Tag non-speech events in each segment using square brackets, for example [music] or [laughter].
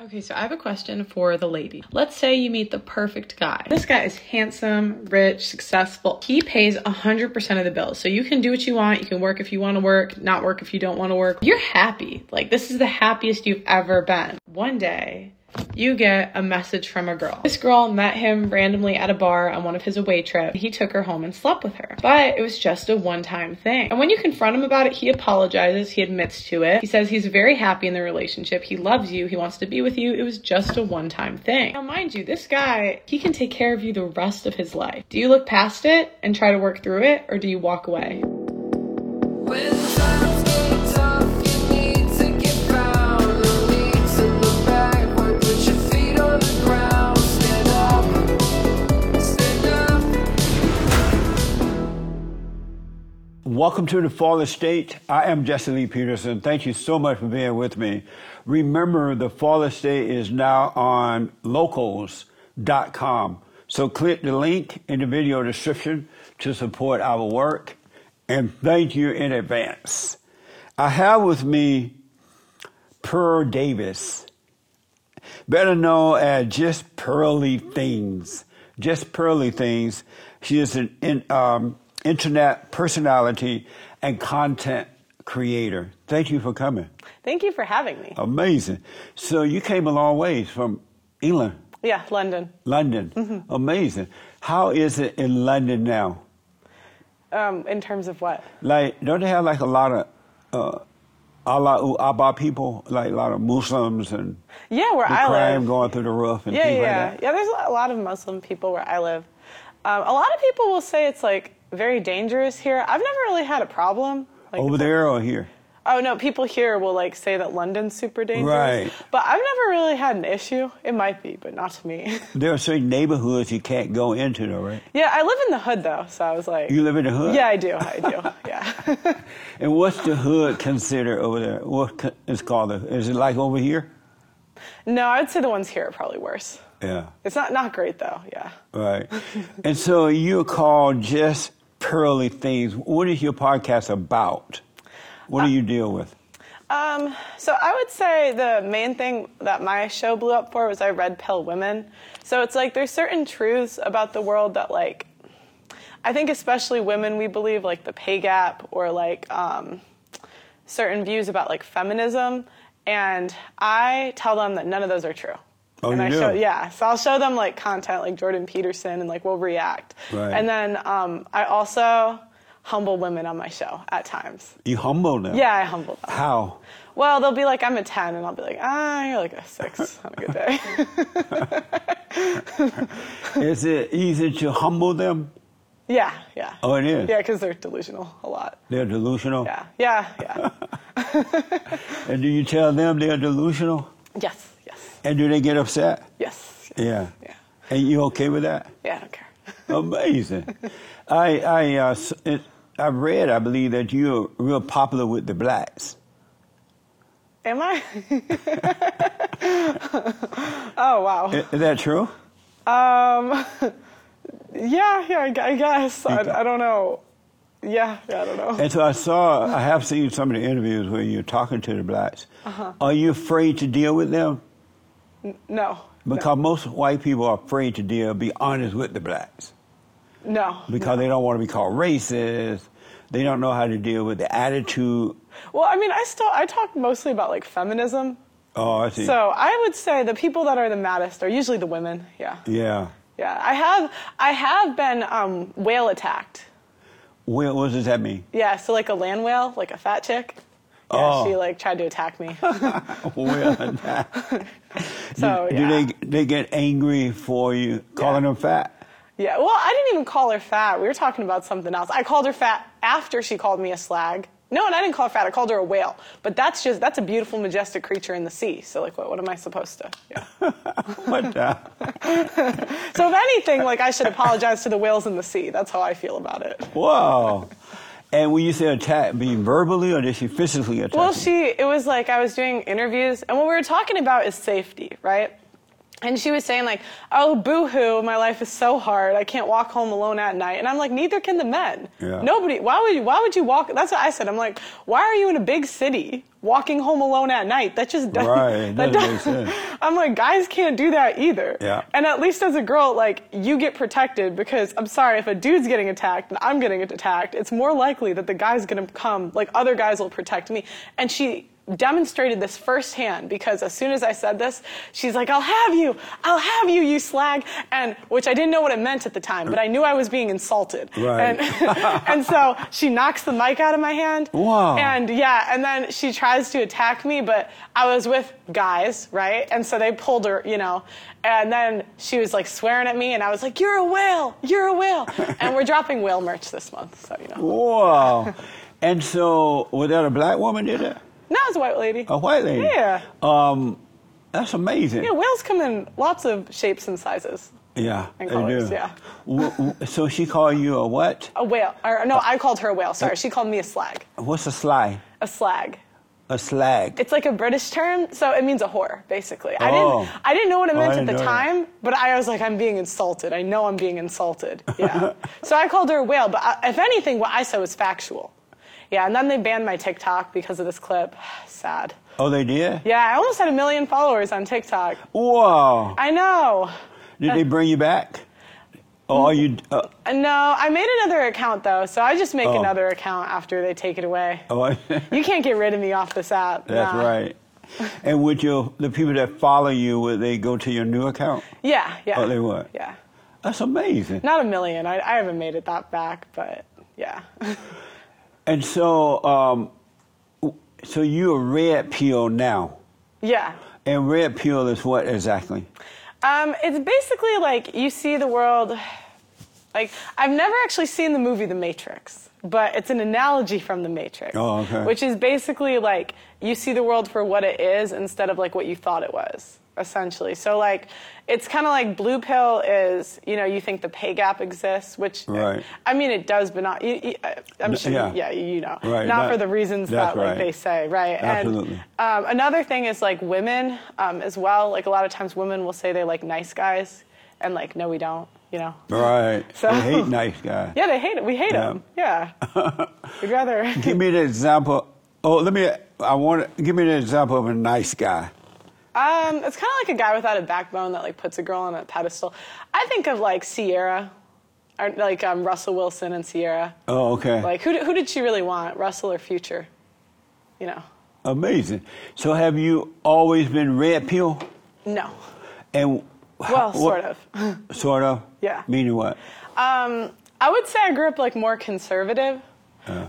Okay, so I have a question for the lady. Let's say you meet the perfect guy. This guy is handsome, rich, successful. He pays 100% of the bills. So you can do what you want. You can work if you want to work, not work if you don't want to work. You're happy. Like, this is the happiest you've ever been. One day, you get a message from a girl. This girl met him randomly at a bar on one of his away trips. He took her home and slept with her, but it was just a one time thing. And when you confront him about it, he apologizes, he admits to it. He says he's very happy in the relationship, he loves you, he wants to be with you. It was just a one time thing. Now, mind you, this guy, he can take care of you the rest of his life. Do you look past it and try to work through it, or do you walk away? When times get tough, you need to get found. No need to look backward. Put your feet on the ground. Stand up. Stand up. Welcome to the Fall Estate. I am Jesse Lee Peterson. Thank you so much for being with me. Remember, the Fall Estate is now on locals.com. So click the link in the video description to support our work. And thank you in advance. I have with me Pearl Davis, better known as Just Pearly Things. Just Pearly Things. She is an in, um, internet personality and content creator. Thank you for coming. Thank you for having Oh. me. Amazing. So you came a long ways from England, Yeah, London. London. Mm-hmm. Amazing. How is it in London now? Um, in terms of what? Like, don't they have like a lot of uh, Allahu Abba people, like a lot of Muslims and Yeah, where the crime going through the roof and yeah, yeah, things like that? yeah. There's a lot of Muslim people where I live. Um, a lot of people will say it's like very dangerous here. I've never really had a problem. Like, Over there or here? oh no, people here will like say that London's super dangerous. Right. But I've never really had an issue. It might be, but not to me. [laughs] There are certain neighborhoods you can't go into, though, right? yeah, I live in the hood though, so I was like, You live in the hood? yeah, I do, I do, [laughs] yeah. And what's the hood considered over there? What co- is called? A, is it like over here? no, I'd say the ones here are probably worse. Yeah. It's not not great though. Yeah. Right. and so you're called just pearly things. What is your podcast about? What Uh, do you deal with? Um, so I would say the main thing that my show blew up for was I red pill women. So it's like there's certain truths about the world that like I think especially women we believe like the pay gap or like um, certain views about like feminism, and I tell them that none of those are true. Oh, and you I do? show yeah, so I'll show them like content like Jordan Peterson and like we'll react. Right. And then um, I also humble women on my show at times. You humble now. Yeah, I humble them. How? Well, they'll be like, I'm a 10, and I'll be like, ah, you're like a 6 on a good [laughs] day. Is it easy to humble them? yeah, yeah. Oh, it is. Yeah, because they're delusional a lot. They're delusional. Yeah, [laughs] yeah, yeah. And do you tell them they're delusional? yes, yes, And do they get upset? yes. Yeah. Yeah, And you okay with that? yeah, I don't care. Amazing. I I uh, s- it, I read I believe that you're real popular with the blacks. Am I? oh, wow. I- Is, that true? Um, [laughs] yeah, yeah, I gu- I guess. I, I don't know. Yeah, yeah, I don't know. And so I saw I have seen some of the interviews where you're talking to the blacks. Uh-huh. Are you afraid to deal with them? No. Because most white people are afraid to deal, be honest with the blacks No. because they don't want to be called racist. They don't know how to deal with the attitude. Well, I mean, I still, I talk mostly about like feminism. Oh, I see. So I would say the people that are the maddest are usually the women. Yeah. yeah. Yeah, I have I have been um, whale attacked. What, what does that mean? [laughs] Yeah, so like a land whale, like a fat chick. Yeah, Oh. she like tried to attack [laughs] me. [laughs] Well, So do Oh, yeah. they they get angry for you calling them fat? yeah, well, I didn't even call her fat. We were talking about something else. I called her fat after she called me a slag. No, and I didn't call her fat. I called her a whale. But that's just that's a beautiful, majestic creature in the sea. So like, what, what am I supposed to? Yeah. What the? So if anything, like I should apologize to the whales in the sea. That's how I feel about it. Whoa. And when you say attack, be verbally or did she physically attack? Well, you? she, it was like I was doing interviews, and what we were talking about is safety, right? And she was saying, like, oh, boo hoo, my life is so hard. I can't walk home alone at night. And I'm like, neither can the men. Yeah. Nobody, why would, you, why would you walk? That's what I said. I'm like, why are you in a big city walking home alone at night? That just doesn't, Right, [laughs] it that doesn't make doesn't- sense. [laughs] I'm like, guys can't do that either. Yeah. And at least as a girl, like, you get protected because I'm sorry, if a dude's getting attacked and I'm getting attacked, it's more likely that the guy's gonna come, like, other guys will protect me. And she demonstrated this firsthand because as soon as I said this, she's like, I'll have you, I'll have you, you slag. And which I didn't know what it meant at the time, but I knew I was being insulted. Right. And, [laughs] and so she knocks the mic out of my hand. Wow. And yeah, and then she tries to attack me, but I was with guys, right? And so they pulled her, you know. And then she was like swearing at me, and I was like, You're a whale, you're a [laughs] whale. and we're dropping whale merch this month, so you know. Wow. and so, was that a black woman did it? Now it's a white lady. A white lady? Yeah. Um, that's amazing. Yeah, whales come in lots of shapes and sizes. Yeah, And they colors, do. yeah. W- w- so she called you a what? A whale, or no, I called her a whale, sorry. She called me a slag. What's a sly? A slag. A slag. It's like a British term, so it means a whore, basically. I Oh. didn't I didn't know what it Oh, I meant didn't at the know that. time, but I was like, I'm being insulted. I know I'm being insulted. [laughs] Yeah. so I called her a whale, but I, if anything, what I said was factual. Yeah, and then they banned my TikTok because of this clip. [sighs] Sad. Oh, they did? Yeah, I almost had a million followers on TikTok. Wow. I know. Did they bring you back? Or are you? Uh, Uh, No, I made another account though, so I just make Oh. another account after they take it away. oh, [laughs] You can't get rid of me off this app. that's nah. right. And would your the people that follow you would they go to your new account? Yeah, yeah. Oh, they would. Yeah. That's amazing. Not a million. I, I haven't made it that back, but yeah. [laughs] And so, um, w- so you a red pill now, yeah. and red pill is what exactly? Um, it's basically like you see the world. Like, I've never actually seen the movie The Matrix, but it's an analogy from The Matrix. Oh, okay. Which is basically like you see the world for what it is instead of like what you thought it was, essentially. So, like, it's kind of like blue pill is, you know, you think the pay gap exists, which, Right. I mean, it does, but not, you, you, I- I'm N- sure, yeah. yeah, you know, Right, not, that- for the reasons that's that like, right. they say, right? Absolutely. And um, another thing is like women um, as well. Like a lot of times women will say they like nice guys, and like no, we don't. You know. Right. So- they hate nice guys. [laughs] Yeah, they hate it. We hate Yeah. them. [laughs] Yeah. We'd rather. Give me an example. Oh, let me. I want to give me an example of a nice guy. Um, it's kind of like a guy without a backbone that like puts a girl on a pedestal. I think of like Sierra, or like um, Russell Wilson and Sierra. Oh, okay. Like who, who did she really want, Russell or Future? You know. Amazing. So, have you always been red pill? No. And Well, what- sort of. Sort of. Yeah. Meaning what? Um, I would say I grew up like more conservative,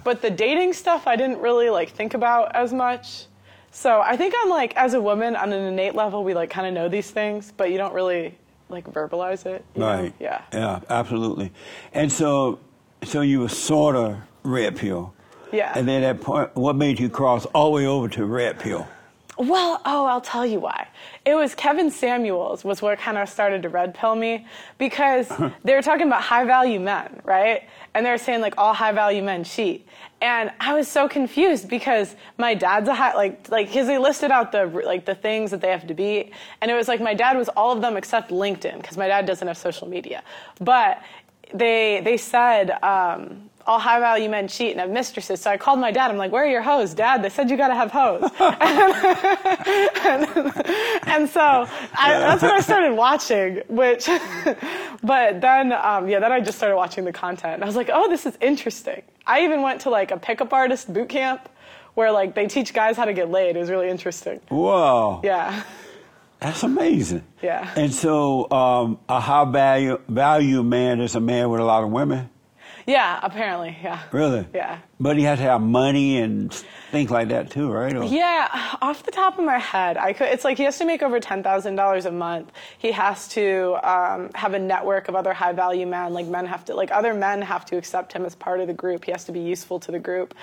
but the dating stuff I didn't really like think about as much. So I think I'm like as a woman on an innate level we like kind of know these things, but you don't really like verbalize it. you know? Right. Yeah. Yeah. Absolutely. And so, so you were sort of red pill. Yeah. And then at point, what made you cross all the way over to red pill? Well, oh, I'll tell you why. It was Kevin Samuels was what kind of started to red pill me because they were talking about high value men, right? And they were saying like all high value men cheat, and I was so confused because my dad's a high like like because they listed out the like the things that they have to be, and it was like my dad was all of them except LinkedIn because my dad doesn't have social media, but they they said um, all high value men cheat and have mistresses. So I called my dad. I'm like, where are your hoes, Dad? They said you gotta have hoes. and so I, that's when I started watching. Which, [laughs] but then um, yeah, then I just started watching the content. And I was like, oh, this is interesting. I even went to like a pickup artist boot camp where like they teach guys how to get laid. It was really interesting. Wow. Yeah. [laughs] That's amazing. Yeah. And so, um, a high value value man is a man with a lot of women. Yeah, apparently. Yeah. Really? Yeah. But he has to have money and things like that too, right? Or- Yeah, off the top of my head, I could. It's like he has to make over ten thousand dollars a month. He has to um, have a network of other high value men. Like men have to, like other men have to accept him as part of the group. He has to be useful to the group.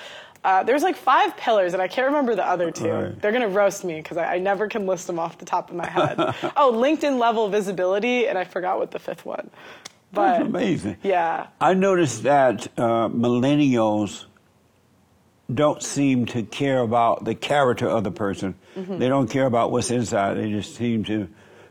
Uh, there's like five pillars, and I can't remember the other two. Right. They're gonna roast me because I, I never can list them off the top of my head. [laughs] oh, LinkedIn level visibility, and I forgot what the fifth one. That's But amazing. yeah, I noticed that uh, millennials don't seem to care about the character of the person. They don't care about what's inside. They just seem to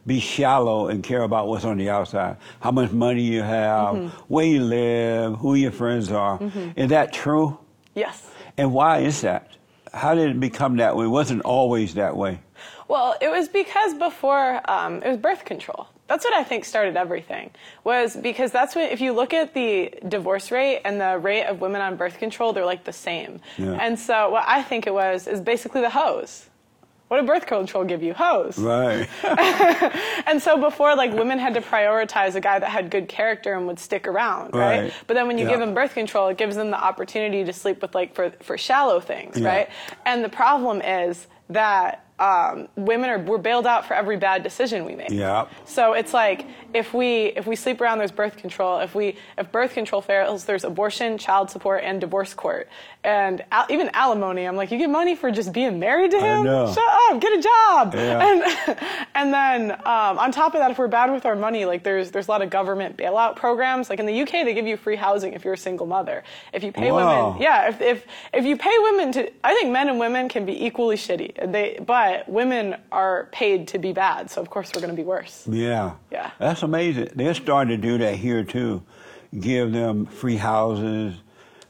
be shallow and care about what's on the outside. How much money you have, where you live, who your friends are. Is that true? yes. And why is that? How did it become that way? It wasn't always that way. Well, it was because before um, it was birth control. That's what I think started everything. Was because that's when if you look at the divorce rate and the rate of women on birth control, they're like the same. Yeah. And so what I think it was is basically the hose. What did birth control give you? Hose. Right. [laughs] And so before, like women had to prioritize a guy that had good character and would stick around, right? Right. But then when you Yeah. give them birth control, it gives them the opportunity to sleep with like for for shallow things, Yeah. right? And the problem is that um, women are we're bailed out for every bad decision we make. Yep. So it's like if we if we sleep around, there's birth control. If we if birth control fails, there's abortion, child support, and divorce court, and al- even alimony. I'm like, you get money for just being married to him. know. Shut up, get a job. Yeah. And [laughs] and then um, on top of that, if we're bad with our money, like there's there's a lot of government bailout programs. Like in the UK, they give you free housing if you're a single mother. If you pay Wow. women, yeah. If if if you pay women to, I think men and women can be equally shitty. They but women are paid to be bad, so of course we're going to be worse. Yeah. Yeah. That's amazing. They're starting to do that here too. Give them free houses,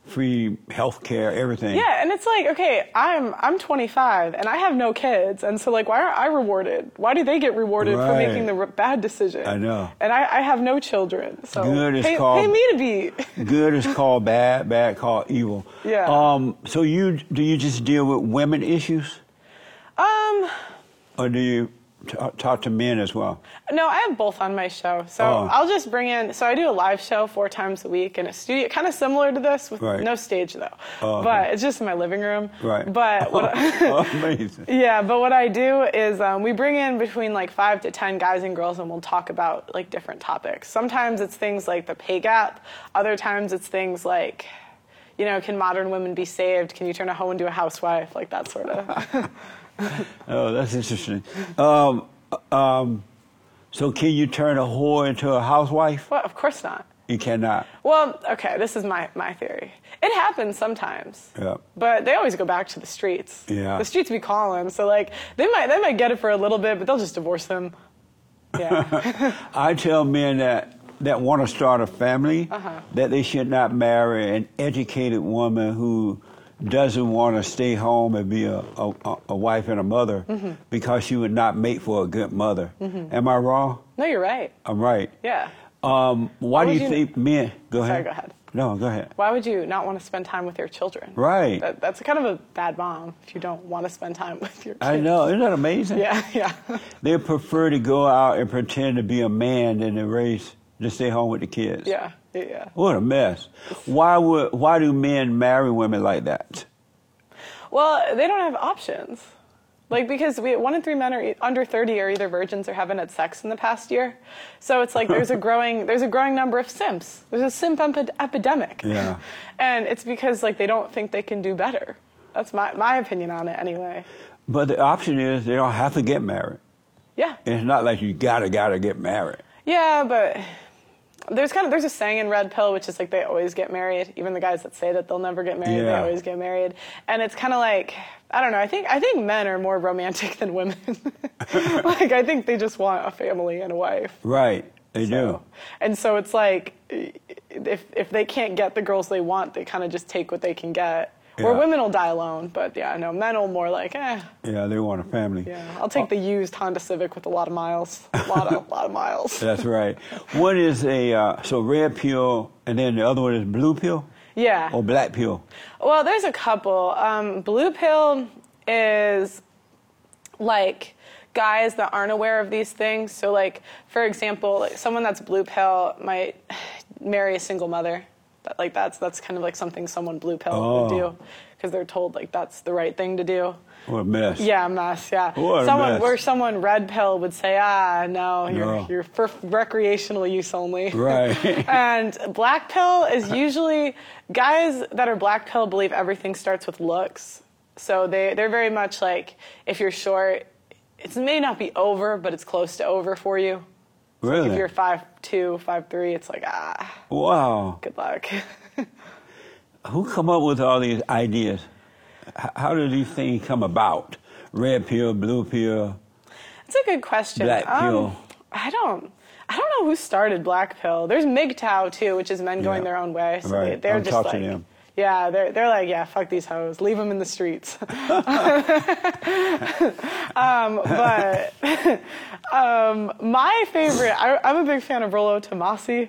free health care, everything. Yeah, and it's like, okay, I'm I'm 25 and I have no kids, and so like, why aren't I rewarded? Why do they get rewarded for Right. making the r- bad decision? I know. And I, I have no children, so Good is pay, called- pay me to be. Good is called bad, bad called evil. Yeah. Um, so you do you just deal with women issues, Um, or do you t- talk to men as well? no, I have both on my show, so Oh. I'll just bring in. So I do a live show four times a week in a studio, kind of similar to this, with Right. no stage though. Oh, but okay. it's just in my living room. Right. Oh, [laughs] But what. amazing. [laughs] Yeah, but what I do is um, we bring in between like five to ten guys and girls, and we'll talk about like different topics. Sometimes it's things like the pay gap. Other times it's things like, you know, can modern women be saved? Can you turn a hoe into a housewife? Like that sort [laughs] of. Oh, that's interesting. Um, um, so can you turn a whore into a housewife? well, of course not. You cannot. Well, okay, this is my my theory. It happens sometimes. Yeah. But they always go back to the streets. Yeah. The streets be calling, so like they might they might get it for a little bit, but they'll just divorce them. [laughs] Yeah. I tell men that that want to start a family Uh-huh. that they should not marry an educated woman who doesn't want to stay home and be a, a, a- a wife and a mother Mm-hmm. because she would not make for a good mother. Am I wrong? no, you're right. I'm right. Yeah. Um, why do would you, you- think men? Go Sorry, ahead. go ahead. No, go ahead. why would you not want to spend time with your children? Right. That, that's kind of a bad mom if you don't want to spend time with your kids. I know. Isn't that amazing? [laughs] Yeah, yeah. [laughs] They prefer to go out and pretend to be a man than to raise to stay home with the kids. Yeah, yeah, yeah. What a mess. Why would why do men marry women like that? Well, they don't have options. Like, because we, one in three men are e- under 30 are either virgins or haven't had sex in the past year. So it's [laughs] like there's a growing, there's a growing number of simps. There's a simp epi- epidemic. Yeah. [laughs] and it's because, like, they don't think they can do better. That's my, my opinion on it, anyway. But the option is they don't have to get married. Yeah. It's not like you gotta gotta get married. Yeah, but there's kind of there's a saying in Red Pill which is like they always get married. Even the guys that say that they'll never get married, they Yeah. always get married. And it's kind of like I don't know. I think I think men are more romantic [laughs] than women. like I think they just want a family and a wife. Right. They do. So- And so it's like if if they can't get the girls they want, they kind of just take what they can get. Or Yeah. women will die alone, but yeah, no, men will more like eh. Yeah, they want a family. Yeah, I'll Oh. take the used Honda Civic with a lot of miles, a lot of, lot of [laughs] miles. That's [laughs] right. One is a uh, so red pill and then the other one is blue pill Yeah. or black pill. Well, there's a couple. Um, blue pill is like guys that aren't aware of these things. So, like for example, like someone that's blue pill might [sighs] marry a single mother. That, like that's that's kind of like something someone blue pill would Oh. do because they're told like that's the right thing to do. What a mess. Yeah, mess. Yeah, What a someone mess. where someone red pill would say, ah, no, you're No. you're for recreational [laughs] use only. [laughs] Right. and black pill is usually guys that are black pill believe everything starts with looks. So they they're very much like if you're short, it may not be over, but it's close to over for you. really? If you're five two, five three, it's like ah, wow. good luck. [laughs] Who come up with all these ideas? H- how do these things come about? Red pill, blue pill. That's a good question. Black Um, pill. I don't. I don't know who started Black Pill. There's MGTOW too, which is men going Yeah. their own way. So Right. they, they're I'm just talking like, to them. Yeah, they're, they're like, yeah, fuck these hoes. Leave them in the streets. [laughs] um, but [laughs] um, my favorite, I, I'm a big fan of Rolo Tomasi.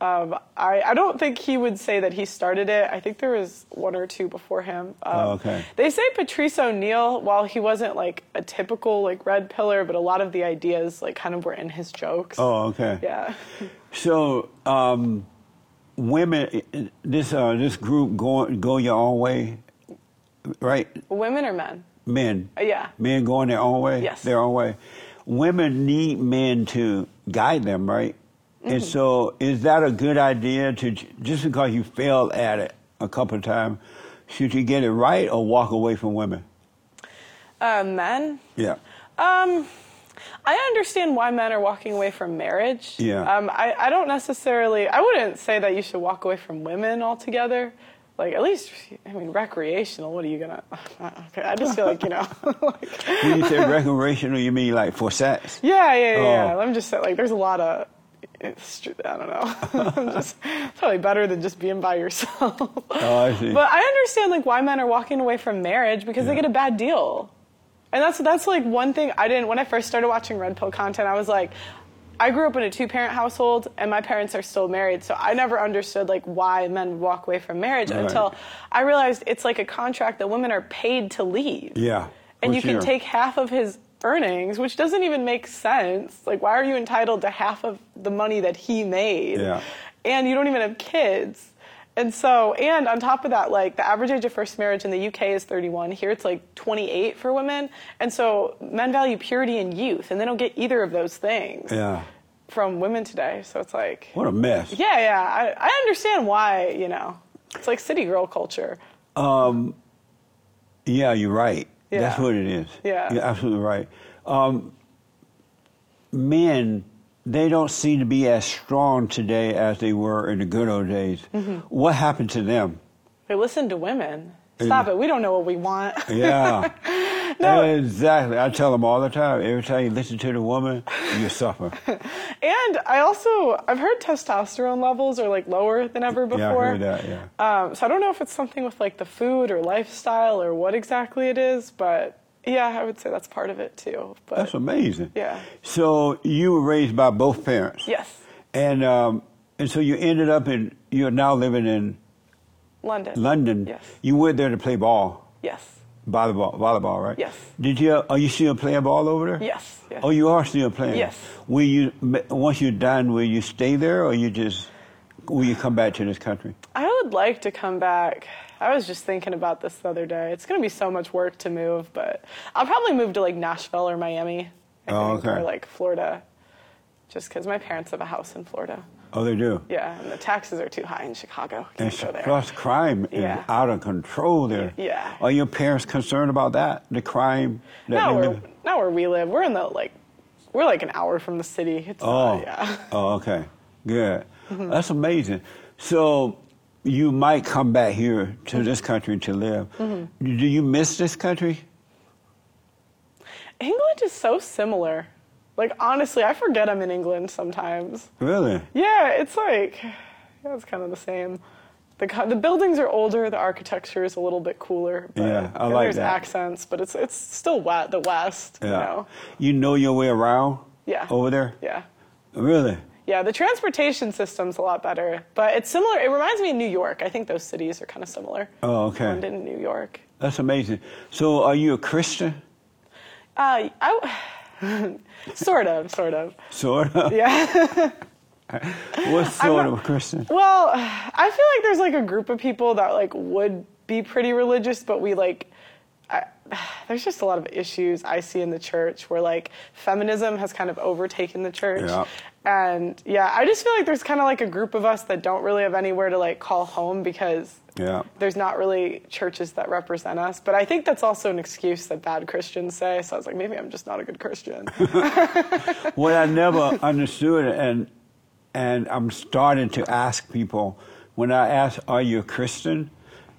Um, I, I don't think he would say that he started it. I think there was one or two before him. Um, Oh, okay. They say Patrice O'Neill, while he wasn't like a typical like red pillar, but a lot of the ideas like kind of were in his jokes. Oh, okay. Yeah. So, um, women, this uh, this group go go your own way, right? Women or men? Men. Uh, yeah. Men going their own way. Yes. Their own way. Women need men to guide them, right? Mm-hmm. And so, is that a good idea to j- just because you failed at it a couple of times, should you get it right or walk away from women? Uh, men? Yeah. Um, I understand why men are walking away from marriage. Yeah. Um, I, I don't necessarily, I wouldn't say that you should walk away from women altogether. Like, at least, I mean, recreational, what are you gonna, [laughs] okay, I just feel like, you know, [laughs] like, When [laughs] you say recreational, you mean like for [laughs] sex? yeah, yeah, yeah, yeah. Oh. Let me just say, like, there's a lot of, it's, tr- I don't know. [laughs] just, it's probably better than just being by yourself. [laughs] Oh, I see. But I understand like why men are walking away from marriage because they Yeah. get a bad deal. And that's that's like one thing I didn't when I first started watching red pill content, I was like I grew up in a two parent household and my parents are still married, so I never understood like why men would walk away from marriage Right. until I realized it's like a contract that women are paid to leave. yeah. And For you sure. can take half of his earnings, which doesn't even make sense. Like why are you entitled to half of the money that he made? Yeah. and you don't even have kids. And so, and on top of that, like the average age of first marriage in the UK is 31. Here it's like 28 for women. And so men value purity and youth, and they don't get either of those things Yeah. from women today. So it's like, What a mess. yeah, yeah, I, I understand why, you know, it's like city girl culture. Yeah, you're right. That's Yeah. what it is. Yeah. You're absolutely right. Um, men, they don't seem to be as strong today as they were in the good old days. Mm-hmm. What happened to them? They listen to women. Stop Yeah. it. We don't know what we want. [laughs] Yeah. Exactly. I tell them all the time every time you listen to the woman, you suffer. And I also I've heard testosterone levels are like lower than ever before. Yeah, I heard that, yeah. Um, so I don't know if it's something with like the food or lifestyle or what exactly it is, but yeah, I would say that's part of it too. But That's amazing. [laughs] Yeah. So you were raised by both parents. yes, And, um, and so you ended up in, you're now living in London. London. Yes. You went there to play ball. Yes. Volleyball, volleyball, right? Yes. Did you? Are you still playing ball over there? Yes, yes. Oh, you are still playing. Yes. Will you m- once you're done? Will you stay there, or you just will you come back to this country? I would like to come back. I was just thinking about this the other day. It's going to be so much work to move, but I'll probably move to like Nashville or Miami, I Oh, think, okay. or like Florida, just because my parents have a house in Florida. Oh, they do. Yeah, and the taxes are too high in Chicago. And Can't go there. plus, crime Yeah. is out of control there. Yeah. Are your parents concerned about that? The crime? That Not they where, live- not where we live. We're in the like, we're like an hour from the city. It's Oh. not, yeah. [laughs] Mm-hmm. Oh, okay. Good. That's amazing. So you might come back here Mm-hmm. to this country to live. Do you miss this country? England is so similar. Like honestly, I forget I'm in England sometimes. Really? Yeah, it's like, yeah, it's kind of the same. The co- the buildings are older. The architecture is a little bit cooler. But, Yeah, I and like There's that. accents, but it's it's still wet. The West, you know. You know your way around? Yeah. Over there? Yeah. Really? Yeah, the transportation system's a lot better, but it's similar. It reminds me of New York. I think those cities are kind of similar. Oh, okay. London, and New York. That's amazing. So are you a Christian? [laughs] Uh, I, [sighs] sort of, sort of. Sort [laughs] of. Yeah. What sort not- of a Christian? well, I feel like there's like a group of people that like would be pretty religious, but we like. I, [sighs] there's just a lot of issues I see in the church where like feminism has kind of overtaken the church. Yeah. And yeah, I just feel like there's kind of like a group of us that don't really have anywhere to like call home because Yeah. there's not really churches that represent us. But I think that's also an excuse that bad Christians say. So I was like, maybe I'm just not a good Christian. What I never understood and and I'm starting to ask people when I ask, Are you a Christian?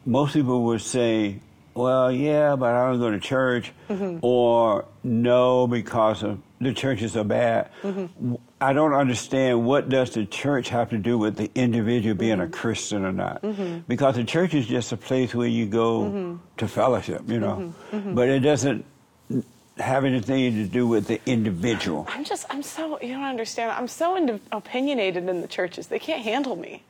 Most people would say, well, yeah, but I don't go to church, or no, because of the churches are bad. W- I don't understand what does the church have to do with the individual being a Christian or not, because the church is just a place where you go to fellowship, you know, but it doesn't have anything to do with the individual. I'm just, I'm so, you don't understand. I'm so ind- opinionated in the churches. They can't handle me.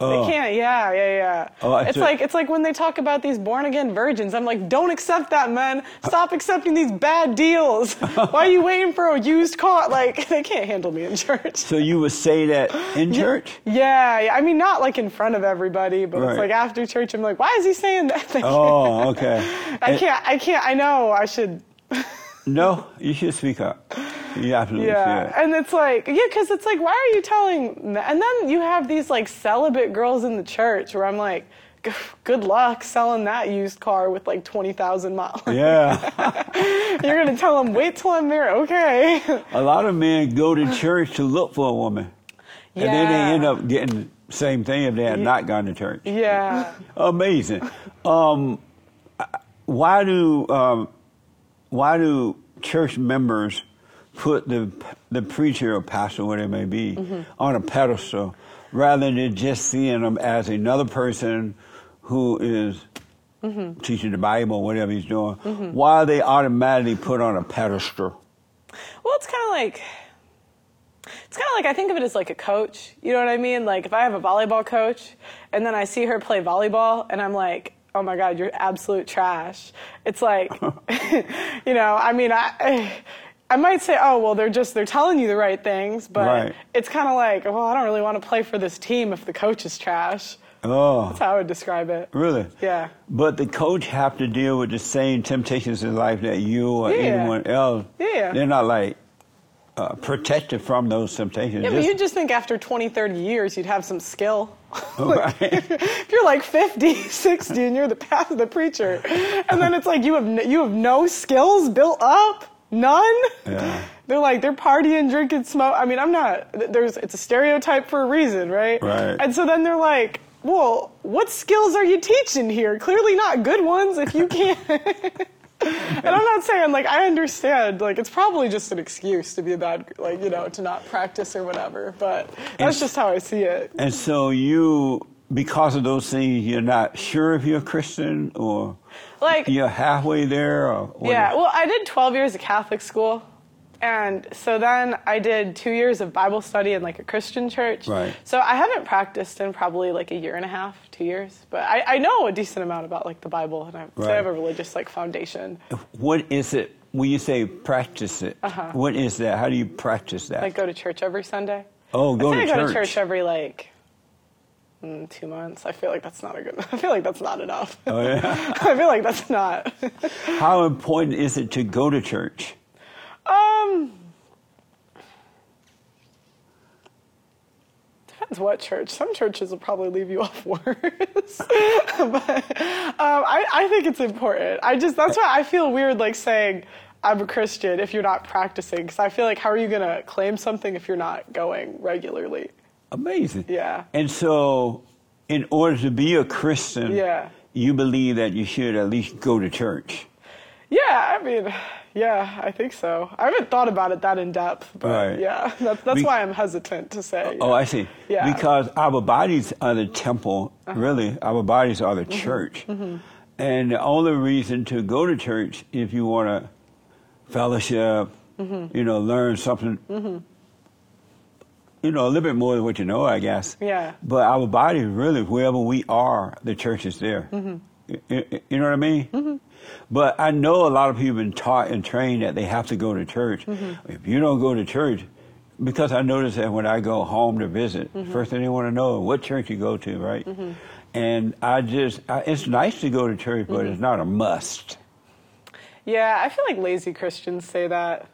Oh. They can't. Yeah, yeah, yeah. Oh, I it's see. like it's like when they talk about these born again virgins. I'm like, don't accept that, men. Stop accepting these [laughs] bad deals. Why are you waiting for a used car? Like [laughs] they can't handle me in church. So you would say that in [laughs] church? Yeah, yeah. I mean, not like in front of everybody, but Right. it's like after church. I'm like, why is he saying that? [laughs] They Oh, okay. can't- [laughs] I can't. I can't. I know. I should. [laughs] No, you should speak up. You absolutely Yeah. should. And it's like, yeah, because it's like, why are you telling? me- And then you have these like celibate girls in the church where I'm like, "G- good luck selling that used car with like 20,000 miles. [laughs] Yeah. You're going to tell them, wait till I'm married. Okay. [laughs] A lot of men go to church to look for a woman. And then they end Yeah. up getting the same thing if they had not gone to church. yeah. Amazing. Um, I- why do um, why do church members put the the preacher or pastor, whatever it may be, on a pedestal rather than just seeing them as another person who is teaching the Bible, whatever he's doing? Why are they automatically put on a pedestal? Well, it's kind of like it's kind of like I think of it as like a coach. You know what I mean? Like if I have a volleyball coach and then I see her play volleyball and I'm like, "Oh my god, you're absolute trash." [laughs] It's like [laughs] you know, I mean, I I might say, "Oh, well, they're just they're telling you the right things," but Right. it's kind of like, "Well, I don't really want to play for this team if the coach is trash." Oh, That's how I would describe it. really? Yeah. But the coach have to deal with the same temptations in life that you or Yeah. anyone else. Yeah. They're not like uh, protected from those temptations. Yeah, [laughs] but you just think after 20, 30 years you'd have some skill. Right. if you're like [laughs] 50, 60 and you're the pastor, the preacher, and then it's like you have no, you have no skills built up, none. Yeah. [laughs] They're like they're partying, drinking, smoke. I mean, I'm not. th- There's it's a stereotype for a reason, right? Right. And so then they're like, well, what skills are you teaching here? Clearly not good ones if you can't. [laughs] And I'm not saying like I understand like it's probably just an excuse to be a bad like you know to not practice or whatever, but that's And- just how I see it. and so you, because of those things, you're not sure if you're a Christian or Like you're halfway there or what Yeah, is- well, I did 12 years of Catholic school. And so then I did two years of Bible study in like a Christian church. Right. So I haven't practiced in probably like a year and a half, two years. But I, I know a decent amount about like the Bible, and I, so I have Right. a religious like foundation. what is it when you say practice it? Uh-huh. what is that? How do you practice that? Like go to church every Sunday. Oh, go I to think I go to church. church every like mm, two months. I feel like that's not a good. [laughs] I feel like that's not enough. oh, yeah. [laughs] I feel like that's not. [laughs] uh How important is it to go to church? Um, depends what church. Some churches will probably leave you [laughs] off worse, but um, I, I think it's important. I just that's why I feel weird like saying I'm a Christian if you're not practicing because I feel like how are you gonna claim something if you're not going regularly? Amazing. Yeah. And so, in order to be a Christian, Yeah. you believe that you should at least go to church. Yeah, I mean, yeah, I think so. I haven't thought about it that in depth, but Right. yeah, [laughs] that's that's Be- why I'm hesitant to say. Oh, I see. Yeah. Uh-huh. Because our bodies are the temple, really. Our bodies are Mm-hmm. the church. And the only reason to go to church if you want to fellowship, you know, learn something, you know, a little bit more than what you know, I guess. Yeah. But our bodies, really, wherever we are, the church is there. Y- y- You, know what I mean? But I know a lot of people have been taught and trained that they have to go to church. If you don't go to church, because I notice that when I go home to visit, first thing they want to know what church you go to, right? And I just, I, it's nice to go to church, but it's not a must. Yeah, I feel like lazy Christians say that.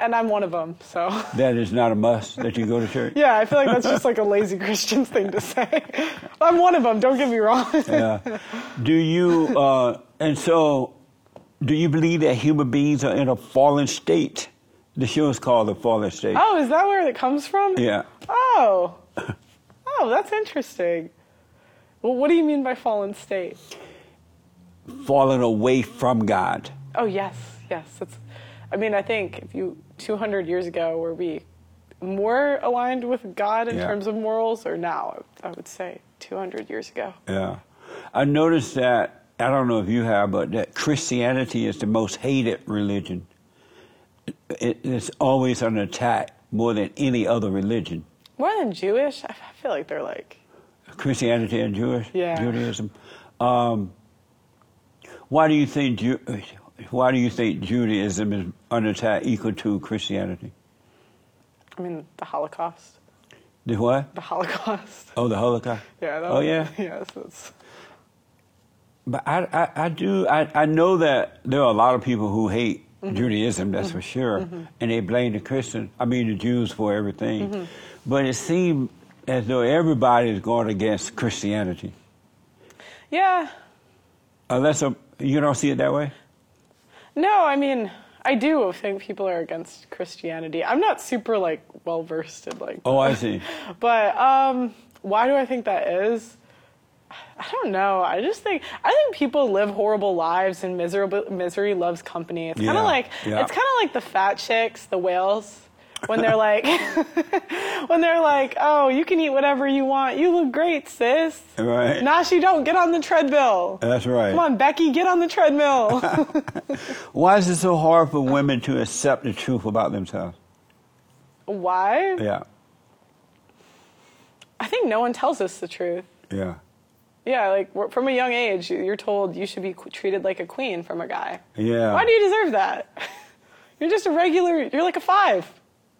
And I'm one of them, so. [laughs] That is not a must that you go to church. Yeah, I feel like that's just like a lazy Christian's thing to say. [laughs] I'm one of them, don't get me wrong. Yeah. Do you, uh, and so, do you believe that human beings are in a fallen state? The show is called The Fallen State. [laughs] Oh, is that where it comes from? Yeah. Oh. Oh, that's interesting. Well, what do you mean by fallen state? falling away from God. Oh yes, yes. It's, I mean, I think if you 200 years ago were we more aligned with God in Yeah. terms of morals, or now I would say 200 years ago. Yeah. I noticed that, I don't know if you have, but that Christianity is the most hated religion. It, it's always under attack more than any other religion. More than Jewish, I feel like they're like Christianity and Jewish Yeah. Judaism. Um, why do you think Ju- why do you think Judaism is under attack equal to Christianity? I mean, the Holocaust. The what? The Holocaust. [laughs] Oh, the Holocaust. Yeah. That oh, [laughs] yeah. Yes. That's, But I, I, I do, I, I know that there are a lot of people who hate Mm-hmm. Judaism, that's for sure, and they blame the Christian, I mean the Jews for everything. Mm-hmm. But it seems as though everybody is going against Christianity. yeah. Unless a, you don't see it that way? No, I mean, I do think people are against Christianity. I'm not super like well versed in like Oh, [laughs] I see. But um, why do I think that is? I don't know. I just think I think people live horrible lives and miserable misery loves company. It's kind Yeah, of like yeah. it's kind of like the fat chicks, the whales, when they're like [laughs] when they're like, "Oh, you can eat whatever you want. You look great, sis." Right. [laughs] Nah, she don't. Get on the treadmill. That's right. Come on, Becky, get on [laughs] the treadmill. Why is it so hard for women to accept the truth about themselves? why? Yeah, I think no one tells us the truth. yeah, Yeah, like we're- from a young age, you- you're told you should be qu- treated like a queen from a guy. yeah. Why do you deserve that? [laughs] You're just a regular. You're like a five.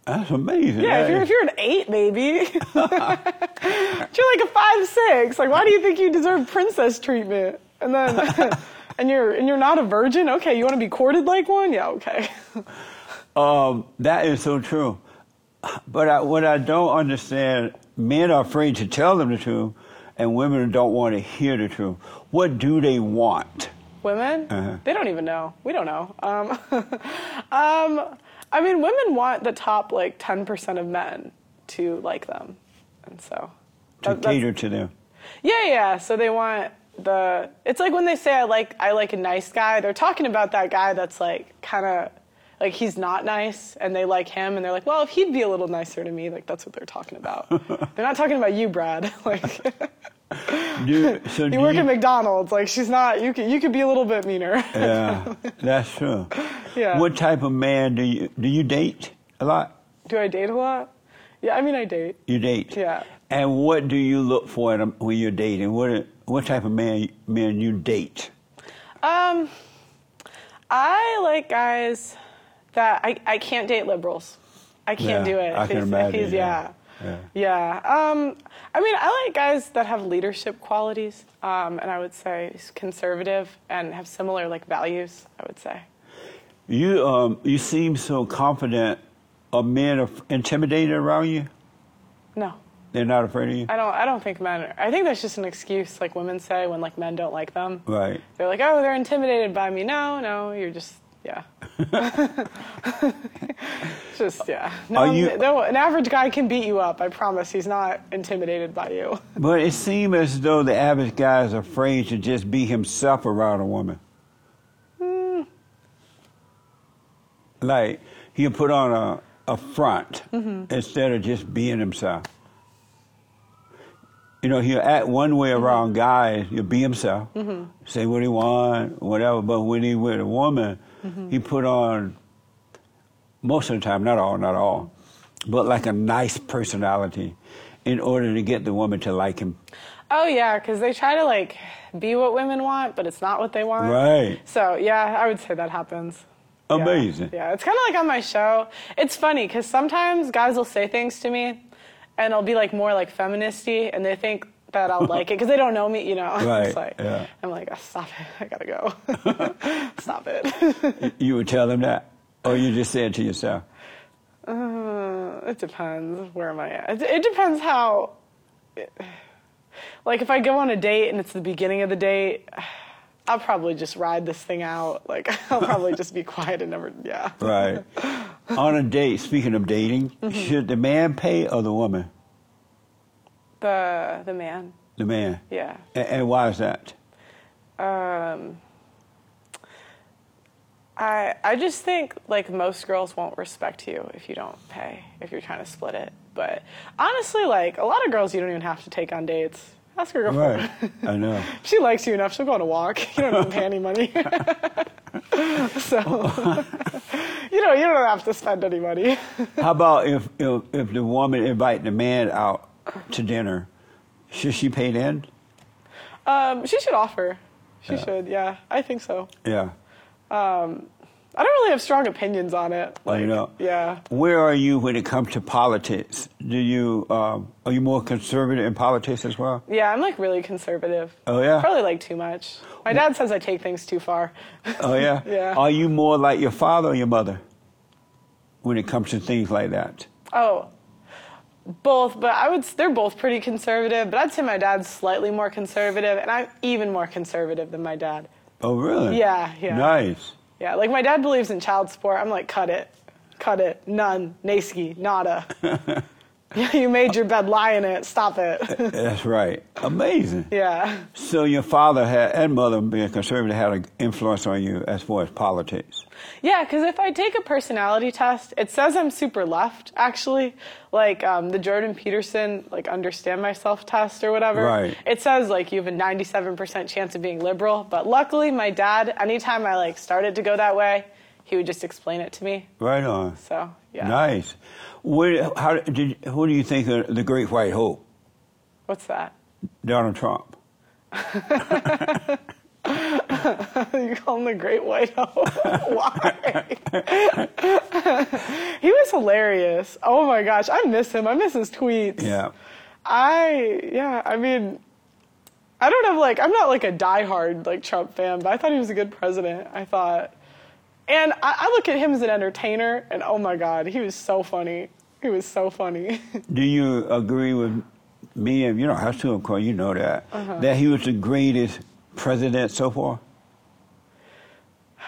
That's amazing. eh? Yeah, if you're if you're an [laughs] eight, maybe. [laughs] but you're like a five six. Like, why do you think you deserve princess treatment? And then, [laughs] and you're and you're not a virgin. Okay, you want to be courted like one? Yeah, okay. [laughs] Um, that is so true. But I, what I don't understand, men are afraid to tell them the truth, and women don't want to hear the truth. What do they want? Women? Uh-huh. They don't even know. We don't know. Um, [laughs] um, I mean, women want the top like ten percent of men to like them, and so To that- Uh, that's- cater to them. Yeah, yeah. So they want the. It's like when they say I like I like a nice guy. They're talking about that guy that's like kind of like he's not nice, and they like him, and they're like, well, if he'd be a little nicer to me, like that's what they're [laughs] talking about. they're not talking about you, Brad. [laughs] like [laughs] Do, so do you work you- at McDonald's. Like she's not. You could you could be a little bit meaner. [laughs] Yeah, that's true. Yeah. What type of man do you do you date a lot? Do I date a lot? Yeah, I mean I date. You date. Yeah. And what do you look for in a, when you're dating? What what type of man men you date? Um, I like guys that I, I can't date liberals. I can't Yeah, do it. I If can he's- if imagine, he's- yeah, yeah. Yeah. Um, I mean, I like guys that have leadership qualities, um, and I would say s- conservative and have similar like values. I would say. You um you seem so confident. Are men af- intimidated around you? No, They're not afraid of you, I don't. I don't think men. Are, I think that's just an excuse like women say when like men don't like them. right? They're like, oh, they're intimidated by me. No, no, you're just, [laughs] yeah. just, yeah. No, Are you- no, an average guy can beat you up. I promise. He's not intimidated by you. [laughs] But it seems as though the average guy is afraid to just be himself around a woman. Hmm. Like he put on a a front instead of just being himself. You know, he'll act one way around guys. He'll be himself, say what he want, whatever. But when he with a woman, he put on most of the time, not all, not all, but like a nice personality in order to get the woman to like him. Oh, yeah, because they try to, like, be what women want, but it's not what they want. Right. So, yeah, I would say that happens. Yeah. Amazing. Yeah, it's kind of like on my show. It's funny because sometimes guys will say things to me, and I'll be like more like feministy, and they think [laughs] that I'll like it because they don't know me, you know. [laughs] Right, it's like, yeah. I'm like, "Oh, stop it, I gotta go. [laughs] stop it. [laughs] [laughs] You would tell them that, or you just say it to yourself. Uh, it depends. Where am I at? It, it depends how. [sighs] Like if I go on a date and it's the beginning of the date, [sighs] I'll probably just ride this thing out. Like [laughs] I'll probably just [laughs] be quiet and never. Yeah. Right. On a date, speaking of dating, Mm-hmm. should the man pay or the woman? The the man. The man. Yeah. A- And, why is that? Um, I I just think like most girls won't respect you if you don't pay if you're trying to split it. But honestly, like a lot of girls, you don't even have to take on dates. Ask your girlfriend. Right. I know. If [laughs] She likes you enough. She'll go on a walk. [laughs] You don't have to pay any money. [laughs] so [laughs] you know you don't have to spend any money. [laughs] How about if, if if the woman invite the man out to dinner, should she pay then? Um, she should offer. She should. Yeah, I think so. Yeah. I don't really have strong opinions on it. Well, Oh, you know. Yeah. Where are you when it comes to politics? Do you um, are you more conservative in politics as well? Yeah, I'm like really conservative. Oh, yeah? Probably like too much. My dad says I take things too far. Oh yeah. Yeah. Are you more like your father or your mother when it comes to things like that? Oh, both, but I would. s- They're both pretty conservative, but I'd say my dad's slightly more conservative, and I'm even more conservative than my dad. Oh really? Yeah, yeah. Nice. Yeah, like my dad believes in child support. I'm like, cut it, cut it, none, nasky, nada. [laughs] Yeah, you made your bed, lie in it. Stop it. [laughs] That's right. Amazing. yeah. So your father had, and mother being conservative had an influence on you as far as politics. Yeah, because if I take a personality test, it says I'm super left, actually. Like um, the Jordan Peterson, like understand myself test or whatever. Right. It says like you have a 97% chance of being liberal. But luckily, my dad, anytime I like started to go that way, he would just explain it to me. Right on. So yeah. Nice. What, how, did, what do you think of the Great White Hope, What's that? [laughs] Donald Trump? you call him the Great White Hope? [laughs] Why? [laughs] he was hilarious. Oh my gosh, I miss him. I miss his tweets. Yeah. I yeah, I mean I don't have like I'm not like a diehard like Trump fan, but I thought he was a good president. I thought and I, I look at him as an entertainer and oh my god, he was so funny. He was so funny. [laughs] Oh Do you agree with me? And you don't have to, of course, you know that. Uh-huh. That he was the greatest president so far?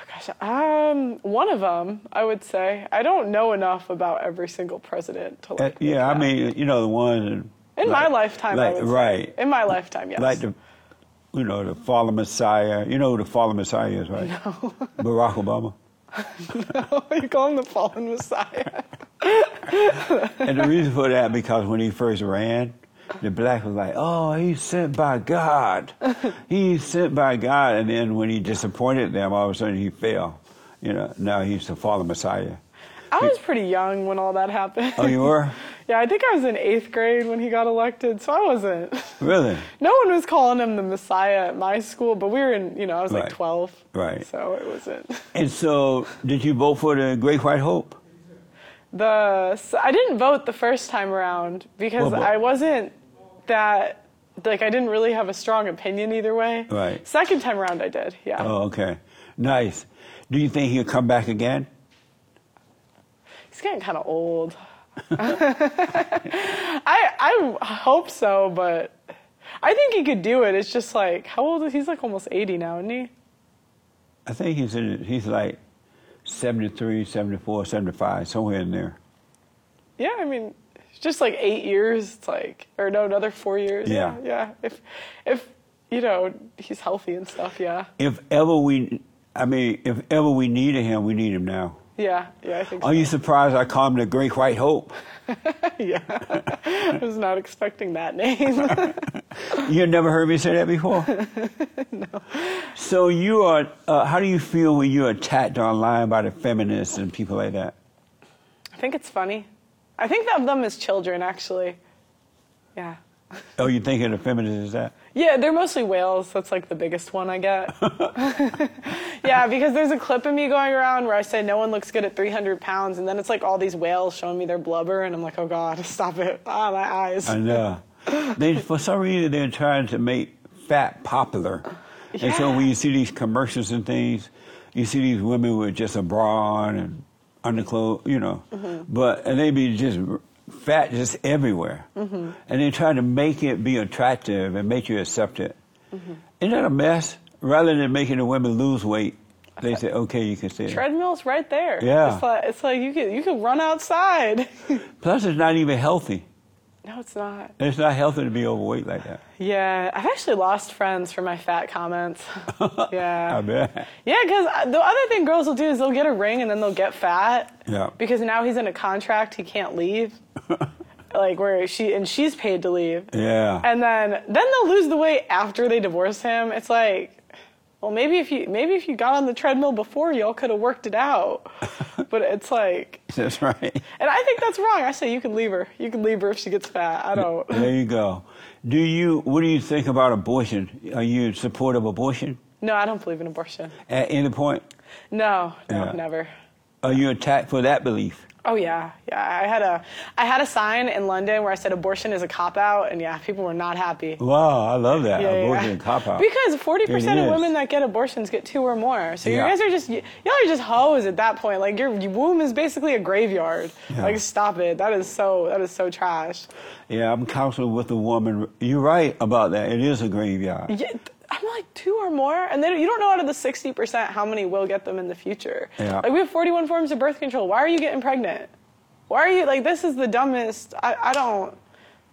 Gosh, um one of them, I would say. I don't know enough about every single president to Uh, like make yeah, I that. mean, you know, the one. in my lifetime I like, would say. Right. In my lifetime, yes. Like the, you know, the fallen messiah. You know who the fallen messiah is, right? [laughs] No. Barack Obama. [laughs] you call him the fallen [laughs] messiah. And the reason for that because when he first ran, the black was like, "Oh, he's sent by God. He's sent by God." And then when he disappointed them, all of a sudden he fell. You know, now he's the fallen Messiah. I was pretty young when all that happened. Oh, [laughs] you were Yeah, I think I was in eighth grade when he got elected, so I wasn't. [laughs] really No one was calling him the Messiah at my school, but we were in, you know, I was Right. like 12. Right. So it wasn't. [laughs] And so, did you vote for the Great White Hope? The s I didn't vote the first time around because Well, but- I wasn't that like I didn't really have a strong opinion either way. Right. Second time around I did. Yeah. Oh, okay, nice. Do you think he'll come back again? He's getting kind of [laughs] old. [laughs] I I hope so, but I think he could do it. It's just like how old is he's like almost 80 now, isn't he? I think he's in, he's like 73, 74, 75, somewhere in there. Yeah, I mean, it's just like eight years. It's like, or no, another four years. Yeah. yeah. If, if you know, he's healthy and stuff. Yeah, If ever we, I mean, if ever we needed him, we need him now. yeah, yeah. I think. So. Are you surprised I call him the Great White Hope? yeah. I was not expecting that name. [laughs] You never heard me say that before? no. So you are. Uh, how do you feel when you're attacked online by the feminists and people like that? I think it's funny. I think of them as children, actually. Yeah. Oh, you thinking the feminists is that? Yeah, they're mostly whales. That's like the biggest one I get. [laughs] yeah, because there's a clip of me going around where I say no one looks good at 300 pounds, and then it's like all these whales showing me their blubber, and I'm like, oh god, stop it! Ah, my eyes. I know. They for some reason they're trying to make fat popular, and so when you see these commercials and things, you see these women with just a bra on and underclothes, you know, Mm-hmm. but and they be just fat just everywhere, Mm-hmm. and they try to make it be attractive and make you accept it. Mm-hmm. Isn't that a mess? Rather than making the women lose weight, they say, "Okay, you can see it." treadmill's right there. Yeah. It's like, it's like you can you can run outside. [laughs] Plus, it's not even healthy. No, it's not. It's not healthy to be overweight like that. Yeah, I've actually lost friends for my fat comments. yeah. I bet. Yeah, because the other thing girls will do is they'll get a ring and then they'll get fat. Yeah. Because now he's in a contract, he can't leave. like where she and she's paid to leave. Yeah. And then then they'll lose the weight after they divorce him. It's like, well, maybe if you maybe if you got on the treadmill before, y'all could have worked it out. but it's like, [laughs] That's right. and I think that's wrong. I say you can leave her. You can leave her if she gets fat. I don't. There you go. Do you? What do you think about abortion? Are you in support of abortion No, I don't believe in abortion. at any point? No, no, Yeah. never. Are you attacked for that belief? Oh yeah, yeah. I had a I had a sign in London where I said abortion is a cop out, and yeah, people were not happy. Wow, I love that Yeah, yeah, abortion yeah. cop out. Because forty percent It of is. women that get abortions get two or more. So Yeah. you guys are just y- y'all are just hoes at that point. Like your, your womb is basically a graveyard. Yeah. Like stop it. That is so that is so trash. yeah, I'm counseling with a woman. You're right about that. It is a graveyard. Yeah, th- I'm like two or more, and then you don't know out of the sixty percent how many will get them in the future. Yeah. Like we have forty-one forms of birth control. Why are you getting pregnant? Why are you like this is the dumbest? I I don't.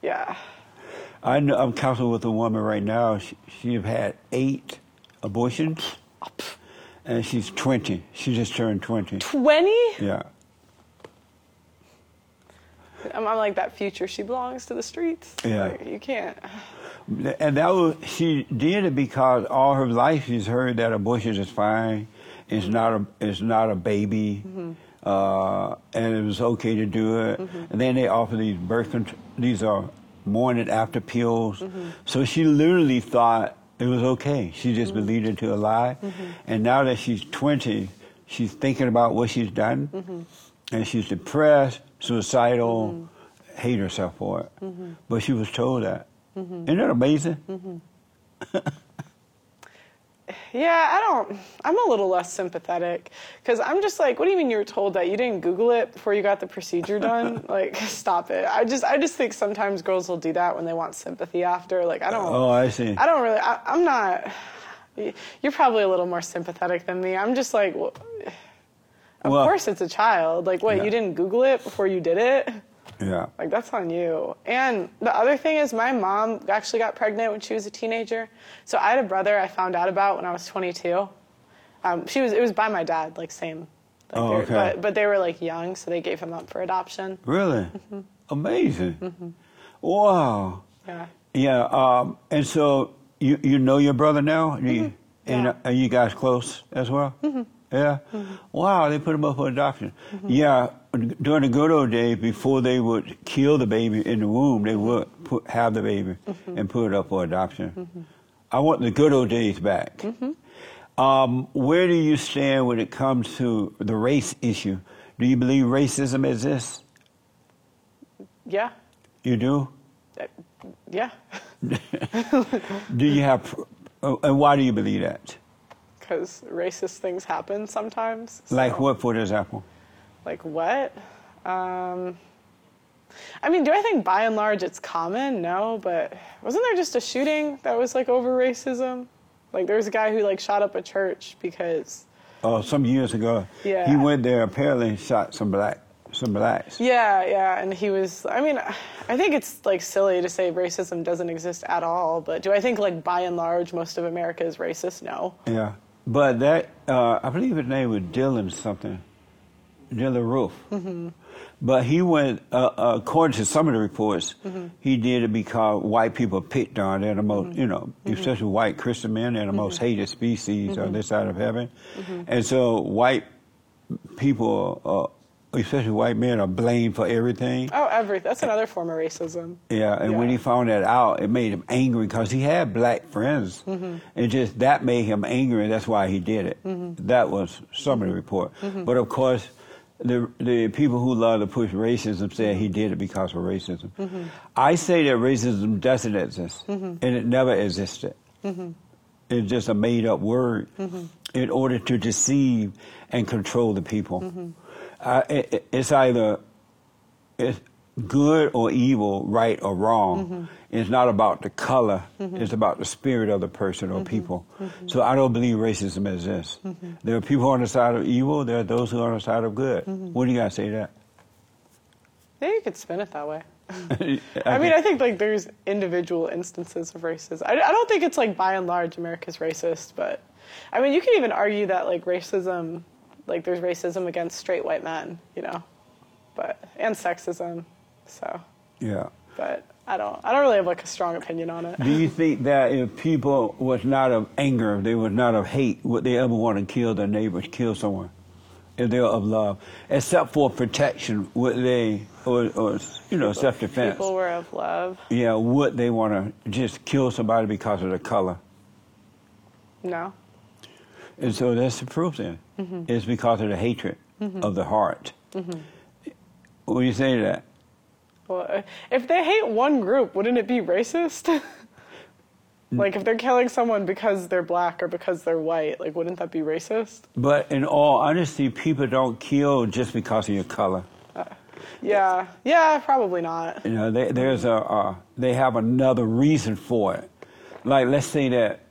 Yeah. I know, I'm counseling with a woman right now. She, she have had eight abortions, and she's 20. She just turned 20. 20? Yeah. I'm, I'm like, that future, she belongs to the streets. Yeah. Like, you can't. And that was, she did it because all her life she's heard that abortion is fine, it's not a it's not a baby, uh, and it was okay to do it. And then they offer these birth control, these are morning after pills. So she literally thought it was okay. She just believed it to a lie, and now that she's twenty, she's thinking about what she's done, and she's depressed, suicidal, hate herself for it. Mm-hmm. But she was told that. Isn't that amazing? Yeah, I don't. I'm a little less sympathetic because I'm just like, what do you mean you were told that? You didn't Google it before you got the [laughs] procedure done? like, stop it. I just, I just think sometimes girls will do that when they want sympathy after. Like, I don't. Oh, I see. I don't really. I, I'm not. y- You're probably a little more sympathetic than me. I'm just like, well, of Well- course it's a child. Like, what? Yeah. You didn't Google it before you did it? Yeah. Like that's on you. And the other thing is my mom actually got pregnant when she was a teenager. So I had a brother I found out about when I was 22. Um, she was it was by my dad, like same. Like Oh, they were- okay. But but they were like young, so they gave him up for adoption. Really? Mm-hmm. Amazing. Wow. Yeah. Yeah. Um, and so you you know your brother now? Do you, And Yeah. uh, are you guys close as well? Yeah. Wow. They put him up for adoption. Yeah. During the good old days, before they would kill the baby in the womb, they would put, have the baby and put it up for adoption. I want the good old days back. Um, where do you stand when it comes to the race issue? Do you believe racism exists? Yeah. You do? Uh, Yeah. [laughs] Do you have, uh, and why do you believe that? Cuz racist things happen sometimes. Like so- what, for example? Like what? Um I mean, do I think by and large it's common? No, but wasn't there just a shooting that was like over racism? Like there was a guy who like shot up a church because Oh, some years ago, Yeah. he went there apparently and shot some black, some blacks. Yeah, yeah, and he was I mean, I think it's like silly to say racism doesn't exist at all, but do I think like by and large most of America is racist? No. Yeah. But that, uh, I believe his name was Dylan something, Dylan Roof. Mm-hmm. But he went, uh, uh, according to some of the reports, Mm-hmm. he did it because white people picked on. They're the most, you know, Mm-hmm. especially white Christian men, they're the most hated species on this side of heaven. Mm-hmm. And so white people, uh, especially white men, are blamed for everything. Oh, every that's another form of racism. Yeah, and when he Yeah. found that out, it made him angry because he had black friends, and just that made him angry, and that's why he did it. That was some of the report, but of course, the the people who love to push racism said he did it because of racism. I say that racism doesn't exist, and it never existed. It's just a made up word in order to deceive and control the people. I- it- it- it's either it's good or evil, right or wrong. Mm-hmm. It's not about the color. It's about the spirit of the person or Mm-hmm. people. So I don't believe racism exists. There Mm-hmm. are people on the side of evil. There are those who are on the side of good. What do you got to say to that? Yeah, you could spin it that way. I mean, I think like there's individual instances of racism. I, I don't think it's like by and large America's racist, but I mean, you can even argue that like racism, like there's racism against straight white men, you know, but and sexism. So, yeah. but I don't, I don't really have like a strong opinion on it. Do you think that if people was not of anger, if they was not of hate, would they ever want to kill their neighbors, kill someone? If they're of love, except for protection, would they, or, or you know, self-defense? People were of love. yeah, would they want to just kill somebody because of their color? No. And so that's the proof then. It's because of the hatred of the heart. When you say that, Well, if they hate one group, wouldn't it be racist? [laughs] like if they're killing someone because they're black or because they're white, like wouldn't that be racist? but in all honesty, people don't kill just because of your color. Yeah. Yeah, probably not. You know, they, there's a uh, they have another reason for it. Like let's say that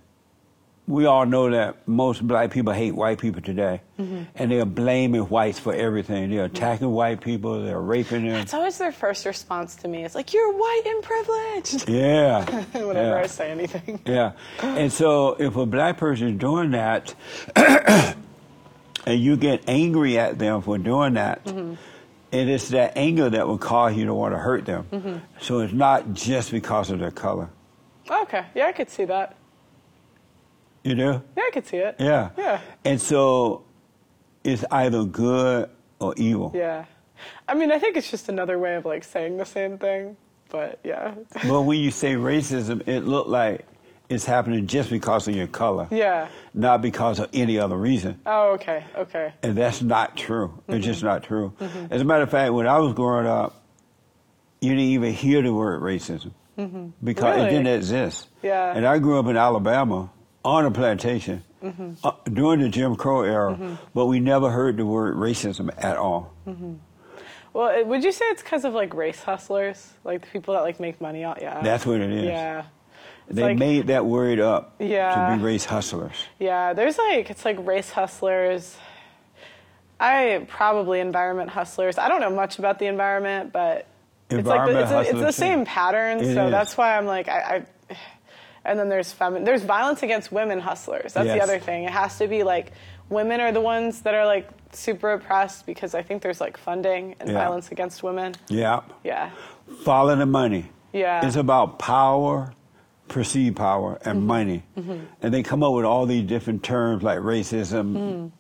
we all know that most black people hate white people today, and they're blaming whites for everything. They're attacking white people. They're raping them. It's always their first response to me. It's like you're white and privileged [laughs] yeah. whenever yeah. I say anything. Yeah. And so if a black person is doing that [coughs] and you get angry at them for doing that, Mm-hmm. it is that anger that will cause you to want to hurt them. Mm-hmm. So it's not just because of their color. Okay. Yeah, I could see that. You know? Yeah, I could see it. Yeah. Yeah. And so it's either good or evil. Yeah. I mean, I think it's just another way of like saying the same thing, but yeah. [laughs] But when you say racism, it look like it's happening just because of your color, Yeah. not because of any other reason. Oh, okay. Okay. And that's not true. It's Mm-hmm. just not true. As a matter of fact, when I was growing up, you didn't even hear the word racism because it Mm-hmm. Really? didn't exist. Yeah. And I grew up in Alabama on a plantation Mm-hmm. uh, during the Jim Crow era, but we never heard the word racism at all. Mm-hmm. Well, it- would you say it's because of like race hustlers, like the people that like make money out? Yeah. That's what it is. Yeah. They like- made that word up Yeah. to be race hustlers. Yeah. There's like, it's like race hustlers. I probably environment hustlers. I don't know much about the environment, but it's like the, Environment it's, a, it's the hustlers, too. same pattern. It so is. that's why I'm like, I. I and then there's femi- there's violence against women hustlers. That's the Yes. other thing. It has to be like women are the ones that are like super oppressed because I think there's like funding and Yeah. violence against women. Yeah. Yeah. Follow the money. Yeah. It's about power, perceived power, and Mm-hmm. money. And they come up with all these different terms like racism. Mm.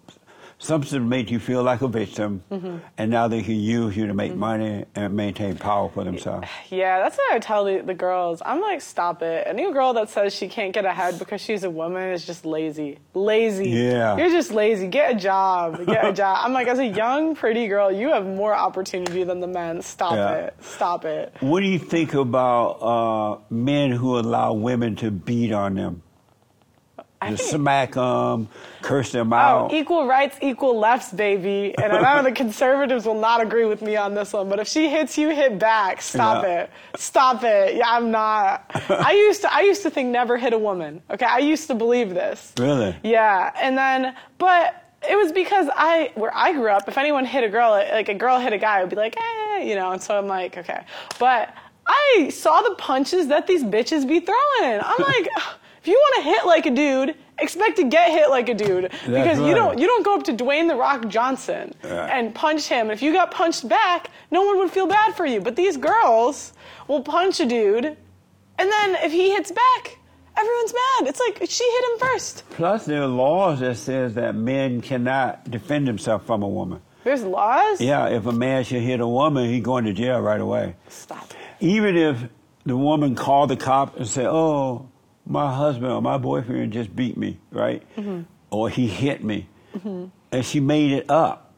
Something made you feel like a victim, Mm-hmm. and now they can use you to make money and maintain power for themselves. Yeah, that's what I would tell the, the girls. I'm like, stop it. Any girl that says she can't get ahead because she's a woman is just lazy. Lazy. Yeah. You're just lazy. Get a job. Get a job. I'm like, as a young, pretty girl, you have more opportunity than the men. Stop Yeah. it. Stop it. What do you think about uh, men who allow women to beat on them, I to think- smack them, curse them Oh, out? equal rights, equal lefts, baby. And I know the conservatives will not agree with me on this one, but if she hits you, hit back. Stop Yeah. it. Stop it. Yeah, I'm not. I used to I used to think never hit a woman. Okay, I used to believe this. Really? Yeah, and then but it was because I where I grew up, if anyone hit a girl, like a girl hit a guy, it would be like, eh, you know. And so I'm like, okay, but I saw the punches that these bitches be throwing. [laughs] I'm like, if you want to hit like a dude, expect to get hit like a dude because you right. don't you don't go up to Dwayne the Rock Johnson Yeah. and punch him. If you got punched back, no one would feel bad for you. But these girls will punch a dude, and then if he hits back. Everyone's mad. It's like she hit him first. Plus, there are laws that says that men cannot defend themselves from a woman. There's laws? Yeah, if a man should hit a woman, he going to jail right away. Stop. it. Even if the woman called the cop and said, "Oh, my husband or my boyfriend just beat me," right? Mm-hmm. Or he hit me, and she made it up.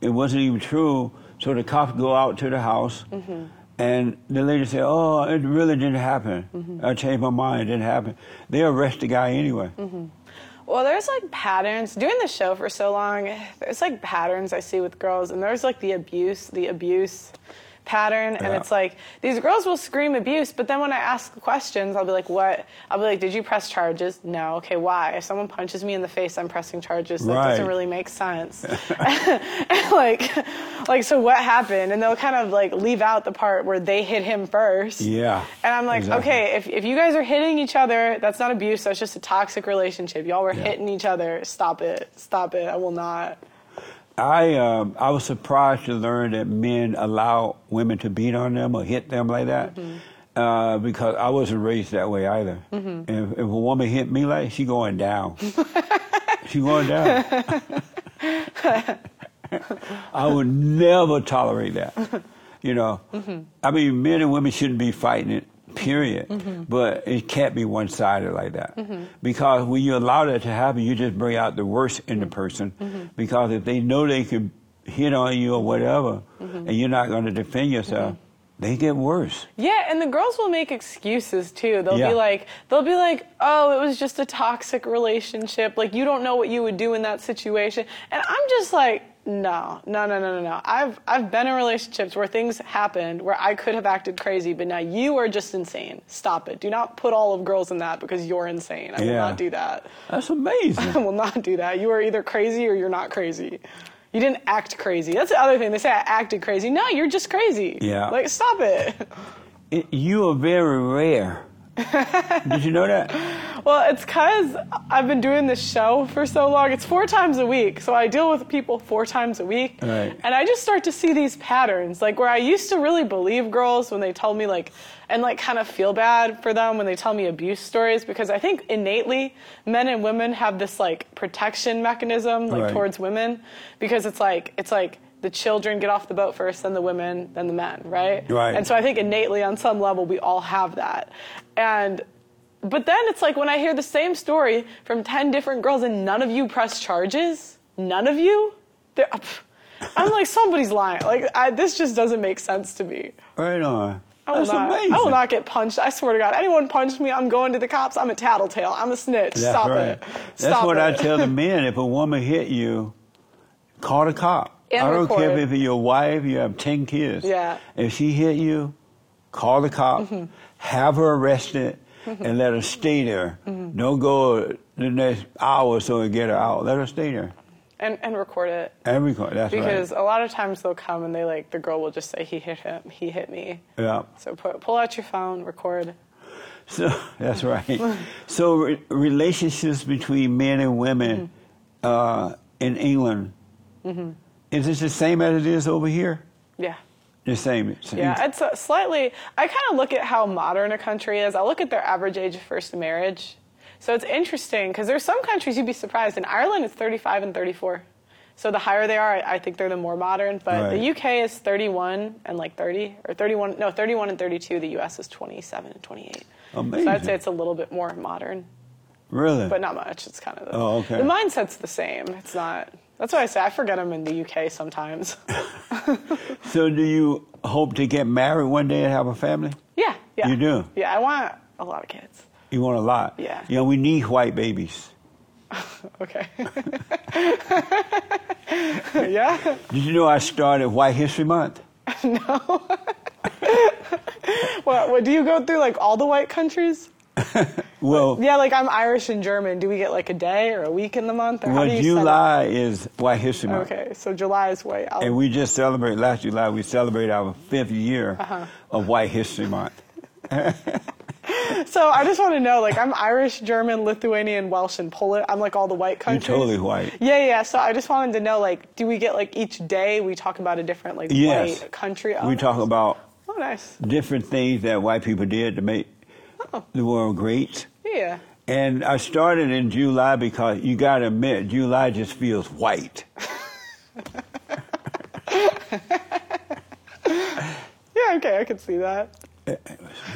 It wasn't even true. So the cop go out to the house, Mm-hmm. and the lady said, "Oh, it really didn't happen. Mm-hmm. I changed my mind. It didn't happen." They arrest the guy anyway. Mm-hmm. Well, there's like patterns. Doing the show for so long, there's like patterns I see with girls, and there's like the abuse, the abuse. pattern. And Yeah. it's like these girls will scream abuse, but then when I ask questions, I'll be like, what? I'll be like, did you press charges? No. Okay, why? If someone punches me in the face, I'm pressing charges. That doesn't Right. really [laughs] make sense. [laughs] like, like, so what happened? And they'll kind of like leave out the part where they hit him first. Yeah, And I'm like, exactly. okay, if, if you guys are hitting each other, that's not abuse. That's just a toxic relationship. Y'all were Yeah. hitting each other. Stop it. Stop it. I will not. I um, I was surprised to learn that men allow women to beat on them or hit them like that, uh, because I wasn't raised that way either. If, if a woman hit me like, she going down. she going down. I would never tolerate that. You know, I mean, men and women shouldn't be fighting it. Period. But it can't be one sided like that. Because when you allow that to happen, you just bring out the worst in the person. Because if they know they can hit on you or whatever, and you're not going to defend yourself, they get worse. Yeah, and the girls will make excuses too. They'll Yeah. be like, they'll be like, "Oh, it was just a toxic relationship. Like you don't know what you would do in that situation." And I'm just like, "No, no, no, no, no, no. I've I've been in relationships where things happened where I could have acted crazy, but now you are just insane. Stop it. Do not put all of girls in that because you're insane. I will Yeah. not do that. That's I amazing. [laughs] will not do that. You are either crazy or you're not crazy." You didn't act crazy. That's the other thing. They say I acted crazy. No, you're just crazy. Yeah. Like, stop it. [laughs] It- you are very rare. Did you know that? Well, it's because I've been doing this show for so long. It's four times a week, so I deal with people four times a week. Right. And I just start to see these patterns, like where I used to really believe girls when they tell me, like, and like kind of feel bad for them when they tell me abuse stories, because I think innately men and women have this like protection mechanism, like Right. towards women, because it's like, it's like, the children get off the boat first, then the women, then the men, right? Right. And so I think innately, on some level, we all have that. And but then it's like when I hear the same story from 10 different girls and none of you press charges, none of you, they're- [laughs] pff, I'm like, somebody's lying. Like, I, this just doesn't make sense to me. Right on. I will, Oh, That's not, amazing. I will not get punched. I swear to God. Anyone punched me, I'm going to the cops. I'm a tattletale. I'm a snitch. That's Stop right. it. That's Stop what it. I tell the [laughs] men. If a woman hit you, call the cop. And I don't record care it. if it's your wife, you have 10 kids. Yeah. Mm-hmm. If she hit you, call the cop, have her arrested, and let her stay there. Mm-hmm. Don't go the next hour or so and get her out. Let her stay there. and, and record it. Every call. That's Because oh. right. a lot of times they'll come and they like, the girl will just say, he hit him, he hit me. Yeah. So pu- pull out your phone, record. So [laughs] that's right. [laughs] so re- relationships between men and women Mm-hmm. uh, in England is it the same as it is over here? Yeah. The same. same. Yeah, it's uh slightly. I kind of look at how modern a country is. I look at their average age of first marriage. So it's interesting because there's some countries you'd be surprised. In Ireland, it's 35 and 34. So the higher they are, I I think they're the more modern. Right. But the UK is 31 and like 30 or 31. No, 31 and 32. The US is 27 and 28. So I'd Amazing. say it's a little bit more modern, really. but not much. It's kind of the, Oh, okay. the mindset's the same. It's not. That's why I say I forget I'm in the UK sometimes. [laughs] so, do you hope to get married one day and have a family? yeah, yeah. You do? Yeah, I want a lot of kids. You want a lot. Yeah. You know, we need white babies. Okay. yeah. Did you know I started White History Month? What, what do you go through like all the white countries? Well, Yeah, like I'm Irish and German. Do we get like a day or a week in the month? Or how well, do you set July is White History it? Month. Okay, so July is white. I'll- And we just celebrate last July. We celebrate our fifth year Uh-huh. of White History Month. so I just want to know, like, I'm Irish, German, Lithuanian, Welsh, and Polish. I'm like all the white You're countries. totally white. Yeah, yeah. So I just wanted to know, like, do we get like each day we talk about a different like Yes. white country? Oh, We talk nice. about Oh, nice. different things that white people did to make Oh. the world great. Yeah. And I started in July because you got to admit, July just feels white. Yeah. Okay, I can see that. [laughs]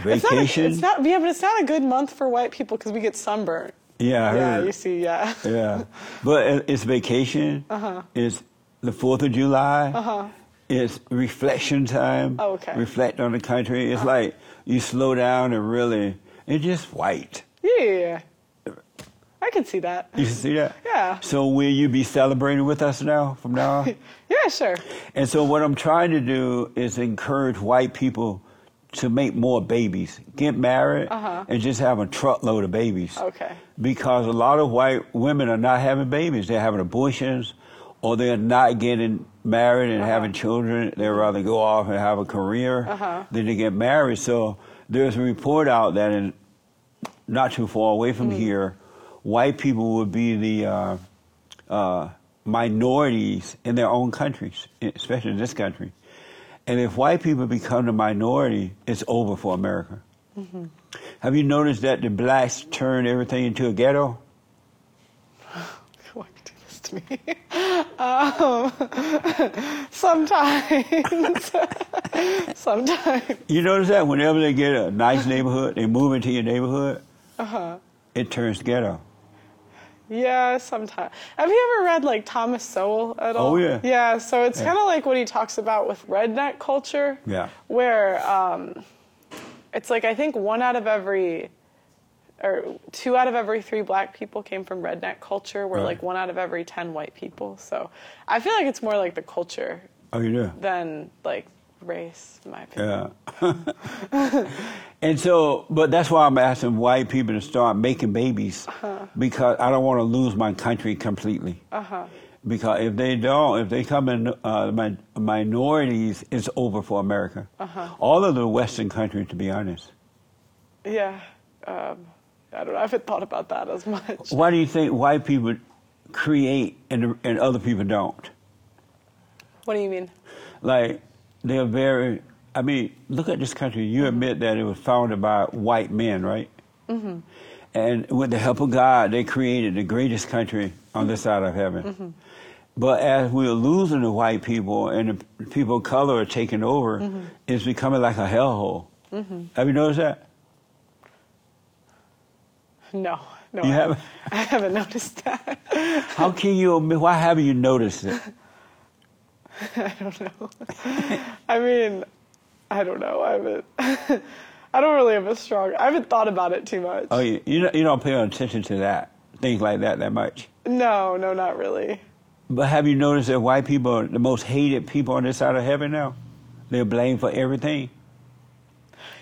It's not, a, Vacation. it's not. Yeah, but it's not a good month for white people because we get sunburned. yeah, I Yeah, heard. you see, yeah. [laughs] yeah. But it- it's vacation. Uh-huh. It's the 4th of July. Uh-huh. It's reflection time. Oh, okay. Uh-huh. Reflect on the country. It's like you slow down and really, it's just white. Yeah. I could see that. [laughs] You see that? Yeah. So will you be celebrating with us now from now on? Yeah, sure. [laughs] and so what I'm trying to do is encourage white people to make more babies, get married, Uh-huh. and just have a truckload of babies. Okay. Because a lot of white women are not having babies; they're having abortions, or they're not getting married and having children. They rather go off and have a career Uh-huh. than to get married. So there's a report out that in not too far away Mm. from here, white people would be the uh, uh, minorities in their own countries, especially in this country. And if white people become the minority, it's over for America. Have you noticed that the blacks turn everything into a ghetto? Why do this to me? [laughs] Um, [laughs] sometimes. [laughs] sometimes. You notice that whenever they get a nice neighborhood, they move into your neighborhood, it turns ghetto. Yeah, sometimes. Have you ever read like Thomas Sowell at all? Oh, yeah. Yeah, so it's Yeah. kind of like what he talks about with redneck culture. Yeah. Where um, it's like I think one out of every or two out of every three black people came from redneck culture, where Right. like one out of every ten white people. So I feel like it's more like the culture Oh, you do? than like race, in my opinion. Yeah. [laughs] and so, but that's why I'm asking white people to start making babies because I don't want to lose my country completely. Uh-huh. Because if they don't, if they come in uh, min- minorities, it's over for America. Uh-huh. All of the Western countries, to be honest. Yeah. Um, I don't know. I haven't thought about that as much. Why do you think white people create and, and other people don't? What do you mean? Like, they're very, I mean, look at this country. You admit that it was founded by white men, right? And with the help of God, they created the greatest country on this side of heaven. But as we're losing the white people and the people of color are taking over, it's becoming like a hellhole. Have you noticed that? No, no. You I haven't? I haven't [laughs] noticed that. How can you omit? Why haven't you noticed it? I mean, I don't know. I haven't. [laughs] I don't really have a strong. I haven't thought about it too much. Oh, you, you, don't, you don't pay attention to that, things like that, that much. No, no, not really. But have you noticed that white people are the most hated people on this side of heaven now? They're blamed for everything.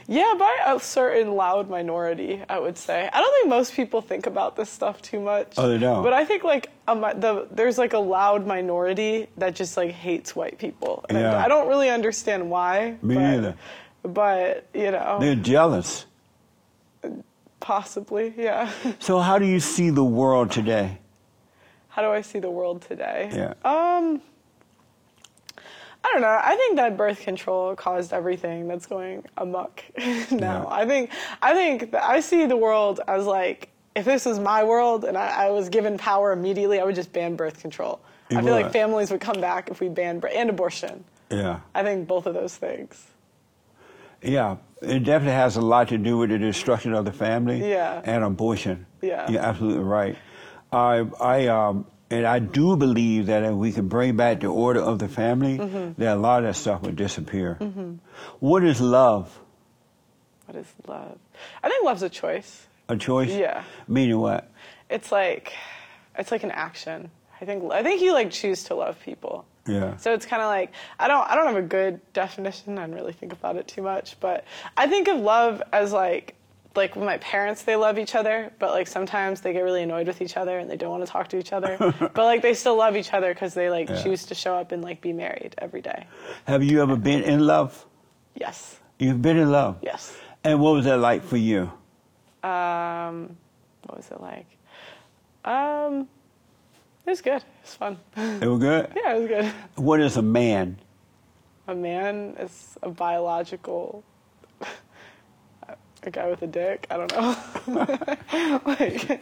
Yeah, by a certain loud minority, I would say. I don't think most people think about this stuff too much. Oh, they don't. But I think like a, mi- the, there's like a loud minority that just like hates white people. And Yeah. I don't really understand why. Me but, neither. But you know, They're jealous. possibly, yeah. [laughs] So how do you see the world today? How do I see the world today? Yeah. Um. I don't know. I think that birth control caused everything that's going amok [laughs] now. Yeah. I think I think that I see the world as like if this was my world and I, I was given power immediately, I would just ban birth control. You I feel would. like families would come back if we banned bir- and abortion. Yeah. I think both of those things. Yeah. It definitely has a lot to do with the destruction of the family Yeah. and abortion. Yeah. You're absolutely right. I, I, um, and I do believe that if we can bring back the order of the family, Mm-hmm. that a lot of that stuff would disappear. What is love? What is love? I think love's a choice. A choice? Yeah. Meaning what? It's like it's like an action. I think I think you like choose to love people. Yeah. So it's kind of like I don't I don't have a good definition. I don't really think about it too much, but I think of love as like like when my parents they love each other, but like sometimes they get really annoyed with each other and they don't want to talk to [laughs] each other, but like they still love each other because they like Yeah. choose to show up and like be married every day. Have you ever been in love? Yes. You've been in love. Yes. And what was that like for you? Um, what was it like? Um, it was good. It was fun. [laughs] It was good. yeah, it was good. What is a man? A man is a biological a guy with a dick. I don't know. [laughs] like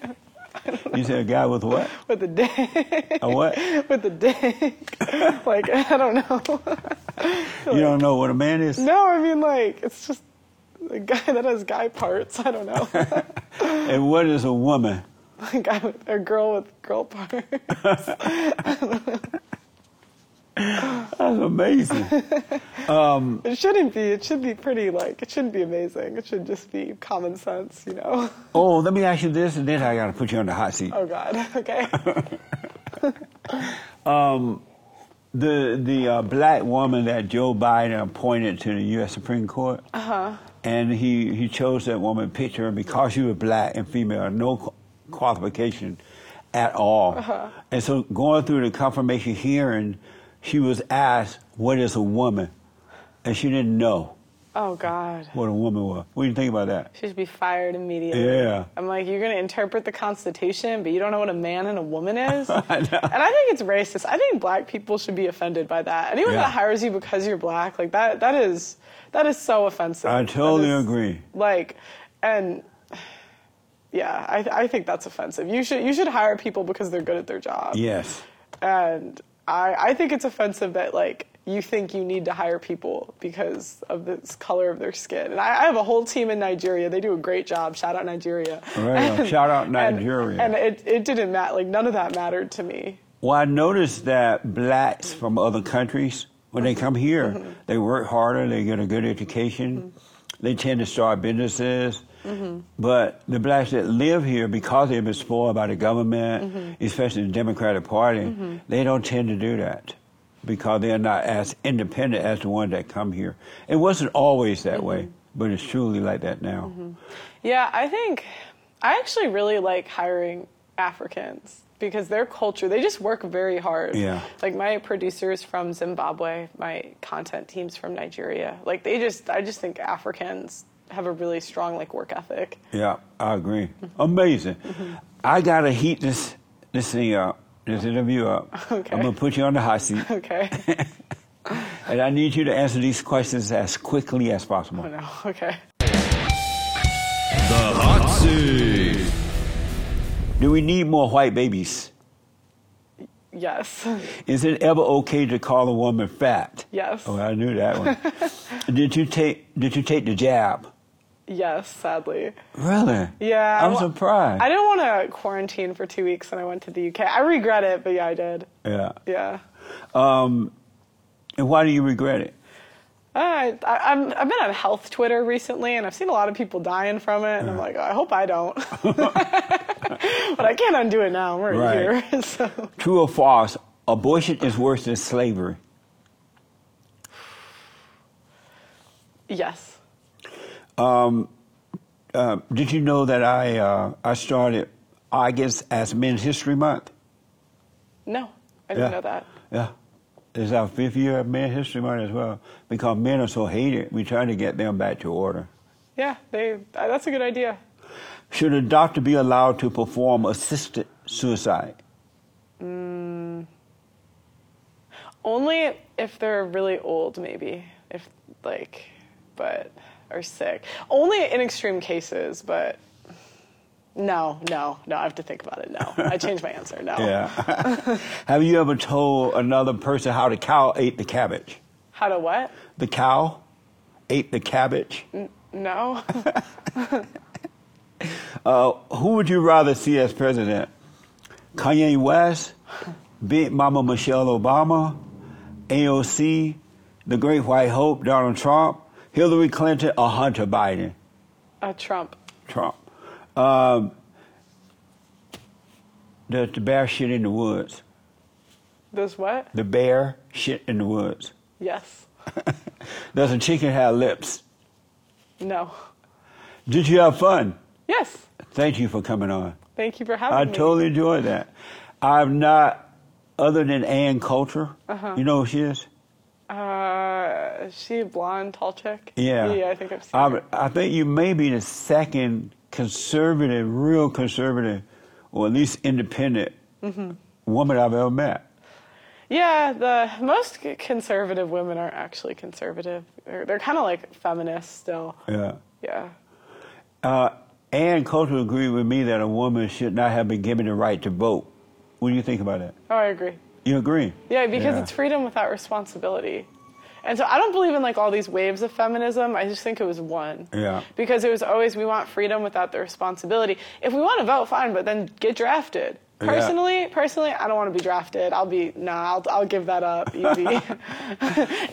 You said a guy with what? with a dick. A [laughs] what? with a dick. like I don't know. You don't know what a man is? No, I mean like it's just a guy that has guy parts. I don't know. [laughs] And what is a woman? a guy with a girl with girl parts. That's [laughs] amazing. It shouldn't be. It should be pretty like it shouldn't be amazing. It should just be common sense, you know. Oh, let me ask you this, and then I gotta put you on the hot seat. Oh God. Okay. The the uh, black woman that Joe Biden appointed to the U.S. Supreme Court, uh-huh. and he he chose that woman, picked her because she was black and female, no qu- qualification at all. Uh-huh. And so going through the confirmation hearing, she was asked, "What is a woman?" And she didn't know Oh God. what a woman was. What do you think about that? She should be fired immediately. Yeah. I'm like, you're gonna interpret the Constitution, but you don't know what a man and a [laughs] woman is. And I think it's racist. I think black people should be offended by that. Anyone Yeah. that hires you because you're black, like that, that is that is so offensive. I That totally is- agree. Like, and yeah, I, I think that's offensive. You should you should hire people because they're good at their job. Yes. And I, I think it's offensive that like you think you need to hire people because of this color of their skin. And I, I have a whole team in Nigeria. They do a great job. Shout out Nigeria. Right on. Shout out Nigeria. And, it, it didn't matter. Like none of that mattered to me. Well, I noticed that blacks from other countries, when they come here, they work harder, they get a good education, they tend to start businesses. But the blacks that live here, because they've been spoiled by the government, especially the Democratic Party, they don't tend to do that because they're not as independent as the ones that come here. It wasn't always that way, but it's truly like that now. Yeah, I think I actually really like hiring Africans because their culture, they just work very hard. Yeah. Like my producer is from Zimbabwe, my content team's from Nigeria. Like they just I just think Africans have a really strong like work ethic. Yeah, I agree. Amazing. I gotta heat this this thing up, this interview up. Okay. I'm gonna put you on the hot seat, Okay. [laughs] and I need you to answer these questions as quickly as possible. no, okay. The hot seat. Do we need more white babies? Yes. Is it ever okay to call a woman fat? Yes. Oh, I knew that [laughs] one. did you take Did you take the jab? Yes, sadly. Really? Yeah. I'm well, surprised. I didn't want to quarantine for 2 weeks and I went to the UK. I regret it, but yeah, I did. yeah. Yeah. Um, and why do you regret it? Uh, I, I'm, I've been on health Twitter recently, and I've seen a lot of people dying from it. And I'm like, I hope I don't, [laughs] but I can't undo it now. We're Right. here, [laughs] so True or false? Abortion is worse than slavery. yes, Uh, did you know that I uh, I started August as Men's History Month? no, I didn't know that. Yeah. It's our fifth year of Men's History Month as well. Because men are so hated, we're trying to get them back to order. Yeah, they. Uh, that's a good idea. Should a doctor be allowed to perform assisted suicide? Only if they're really old, maybe. If like, but are sick. Only in extreme cases, but. No, no, no. I have to think about it. No, [laughs] I changed my answer. No. Yeah. [laughs] Have you ever told another person how the cow ate the cabbage? How to what? The cow ate the cabbage? No. [laughs] Uh, who would you rather see as president? Kanye West, Big Mama Michelle Obama, AOC, the Great White Hope, Donald Trump, Hillary Clinton, or Hunter Biden? uh, Trump. Trump. Um, the, the bear shit in the woods. Does what? The bear shit in the woods. Yes. Does a chicken have lips? No. Did you have fun? Yes. Thank you for coming on. Thank you for having I me. totally enjoyed that. I've not, other than Ann Coulter, Uh-huh. you know who she is? Uh, is she a blonde, tall chick? Yeah. Yeah, I think I've seen I, her. I think you may be the second conservative, real conservative, or at least independent Mm-hmm. woman I've ever met. Yeah, the most c- conservative women aren't actually conservative. They're, they're kind of like feminists still. Yeah. Yeah. Uh, Ann Coulter agreed with me that a woman should not have been given the right to vote. What do you think about that? Oh, I agree. You agree? Yeah, because it's freedom without responsibility. And so I don't believe in like all these waves of feminism. I just think it was one. Yeah. Because it was always we want freedom without the responsibility. If we want to vote, fine, but then get drafted. Personally, personally, I don't want to be drafted. I'll be nah. I'll, I'll give that up easy,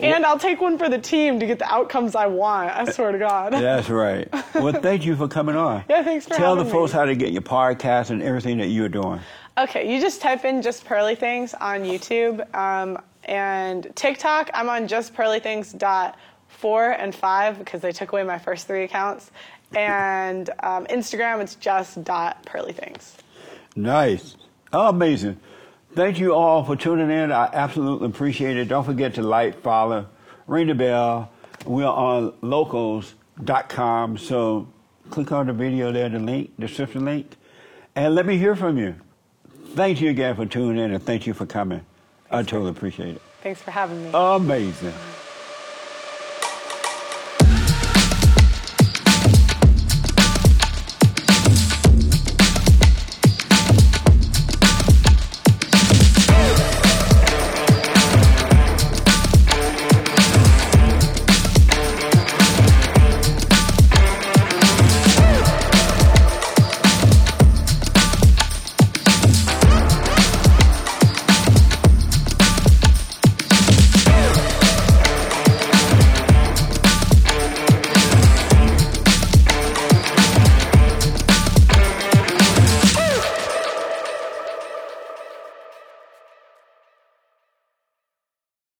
[laughs] and I'll take one for the team to get the outcomes I want. I swear to [laughs] God. That's right. Well, thank you for coming on. [laughs] Yeah, thanks for Tell the having folks me. how to get your podcast and everything that you're doing. Okay, you just type in just pearly things on YouTube um, and TikTok. I'm on just pearly things dot four and five because they took away my first three accounts, and um, Instagram it's just dot pearly things. Nice. Oh, Amazing. Thank you all for tuning in. I absolutely appreciate it. Don't forget to like, follow, ring the bell. We're on locals.com. So click on the video there, the link, description link, and let me hear from you. Thank you again for tuning in and thank you for coming. I totally appreciate it. Thanks for having me. Amazing.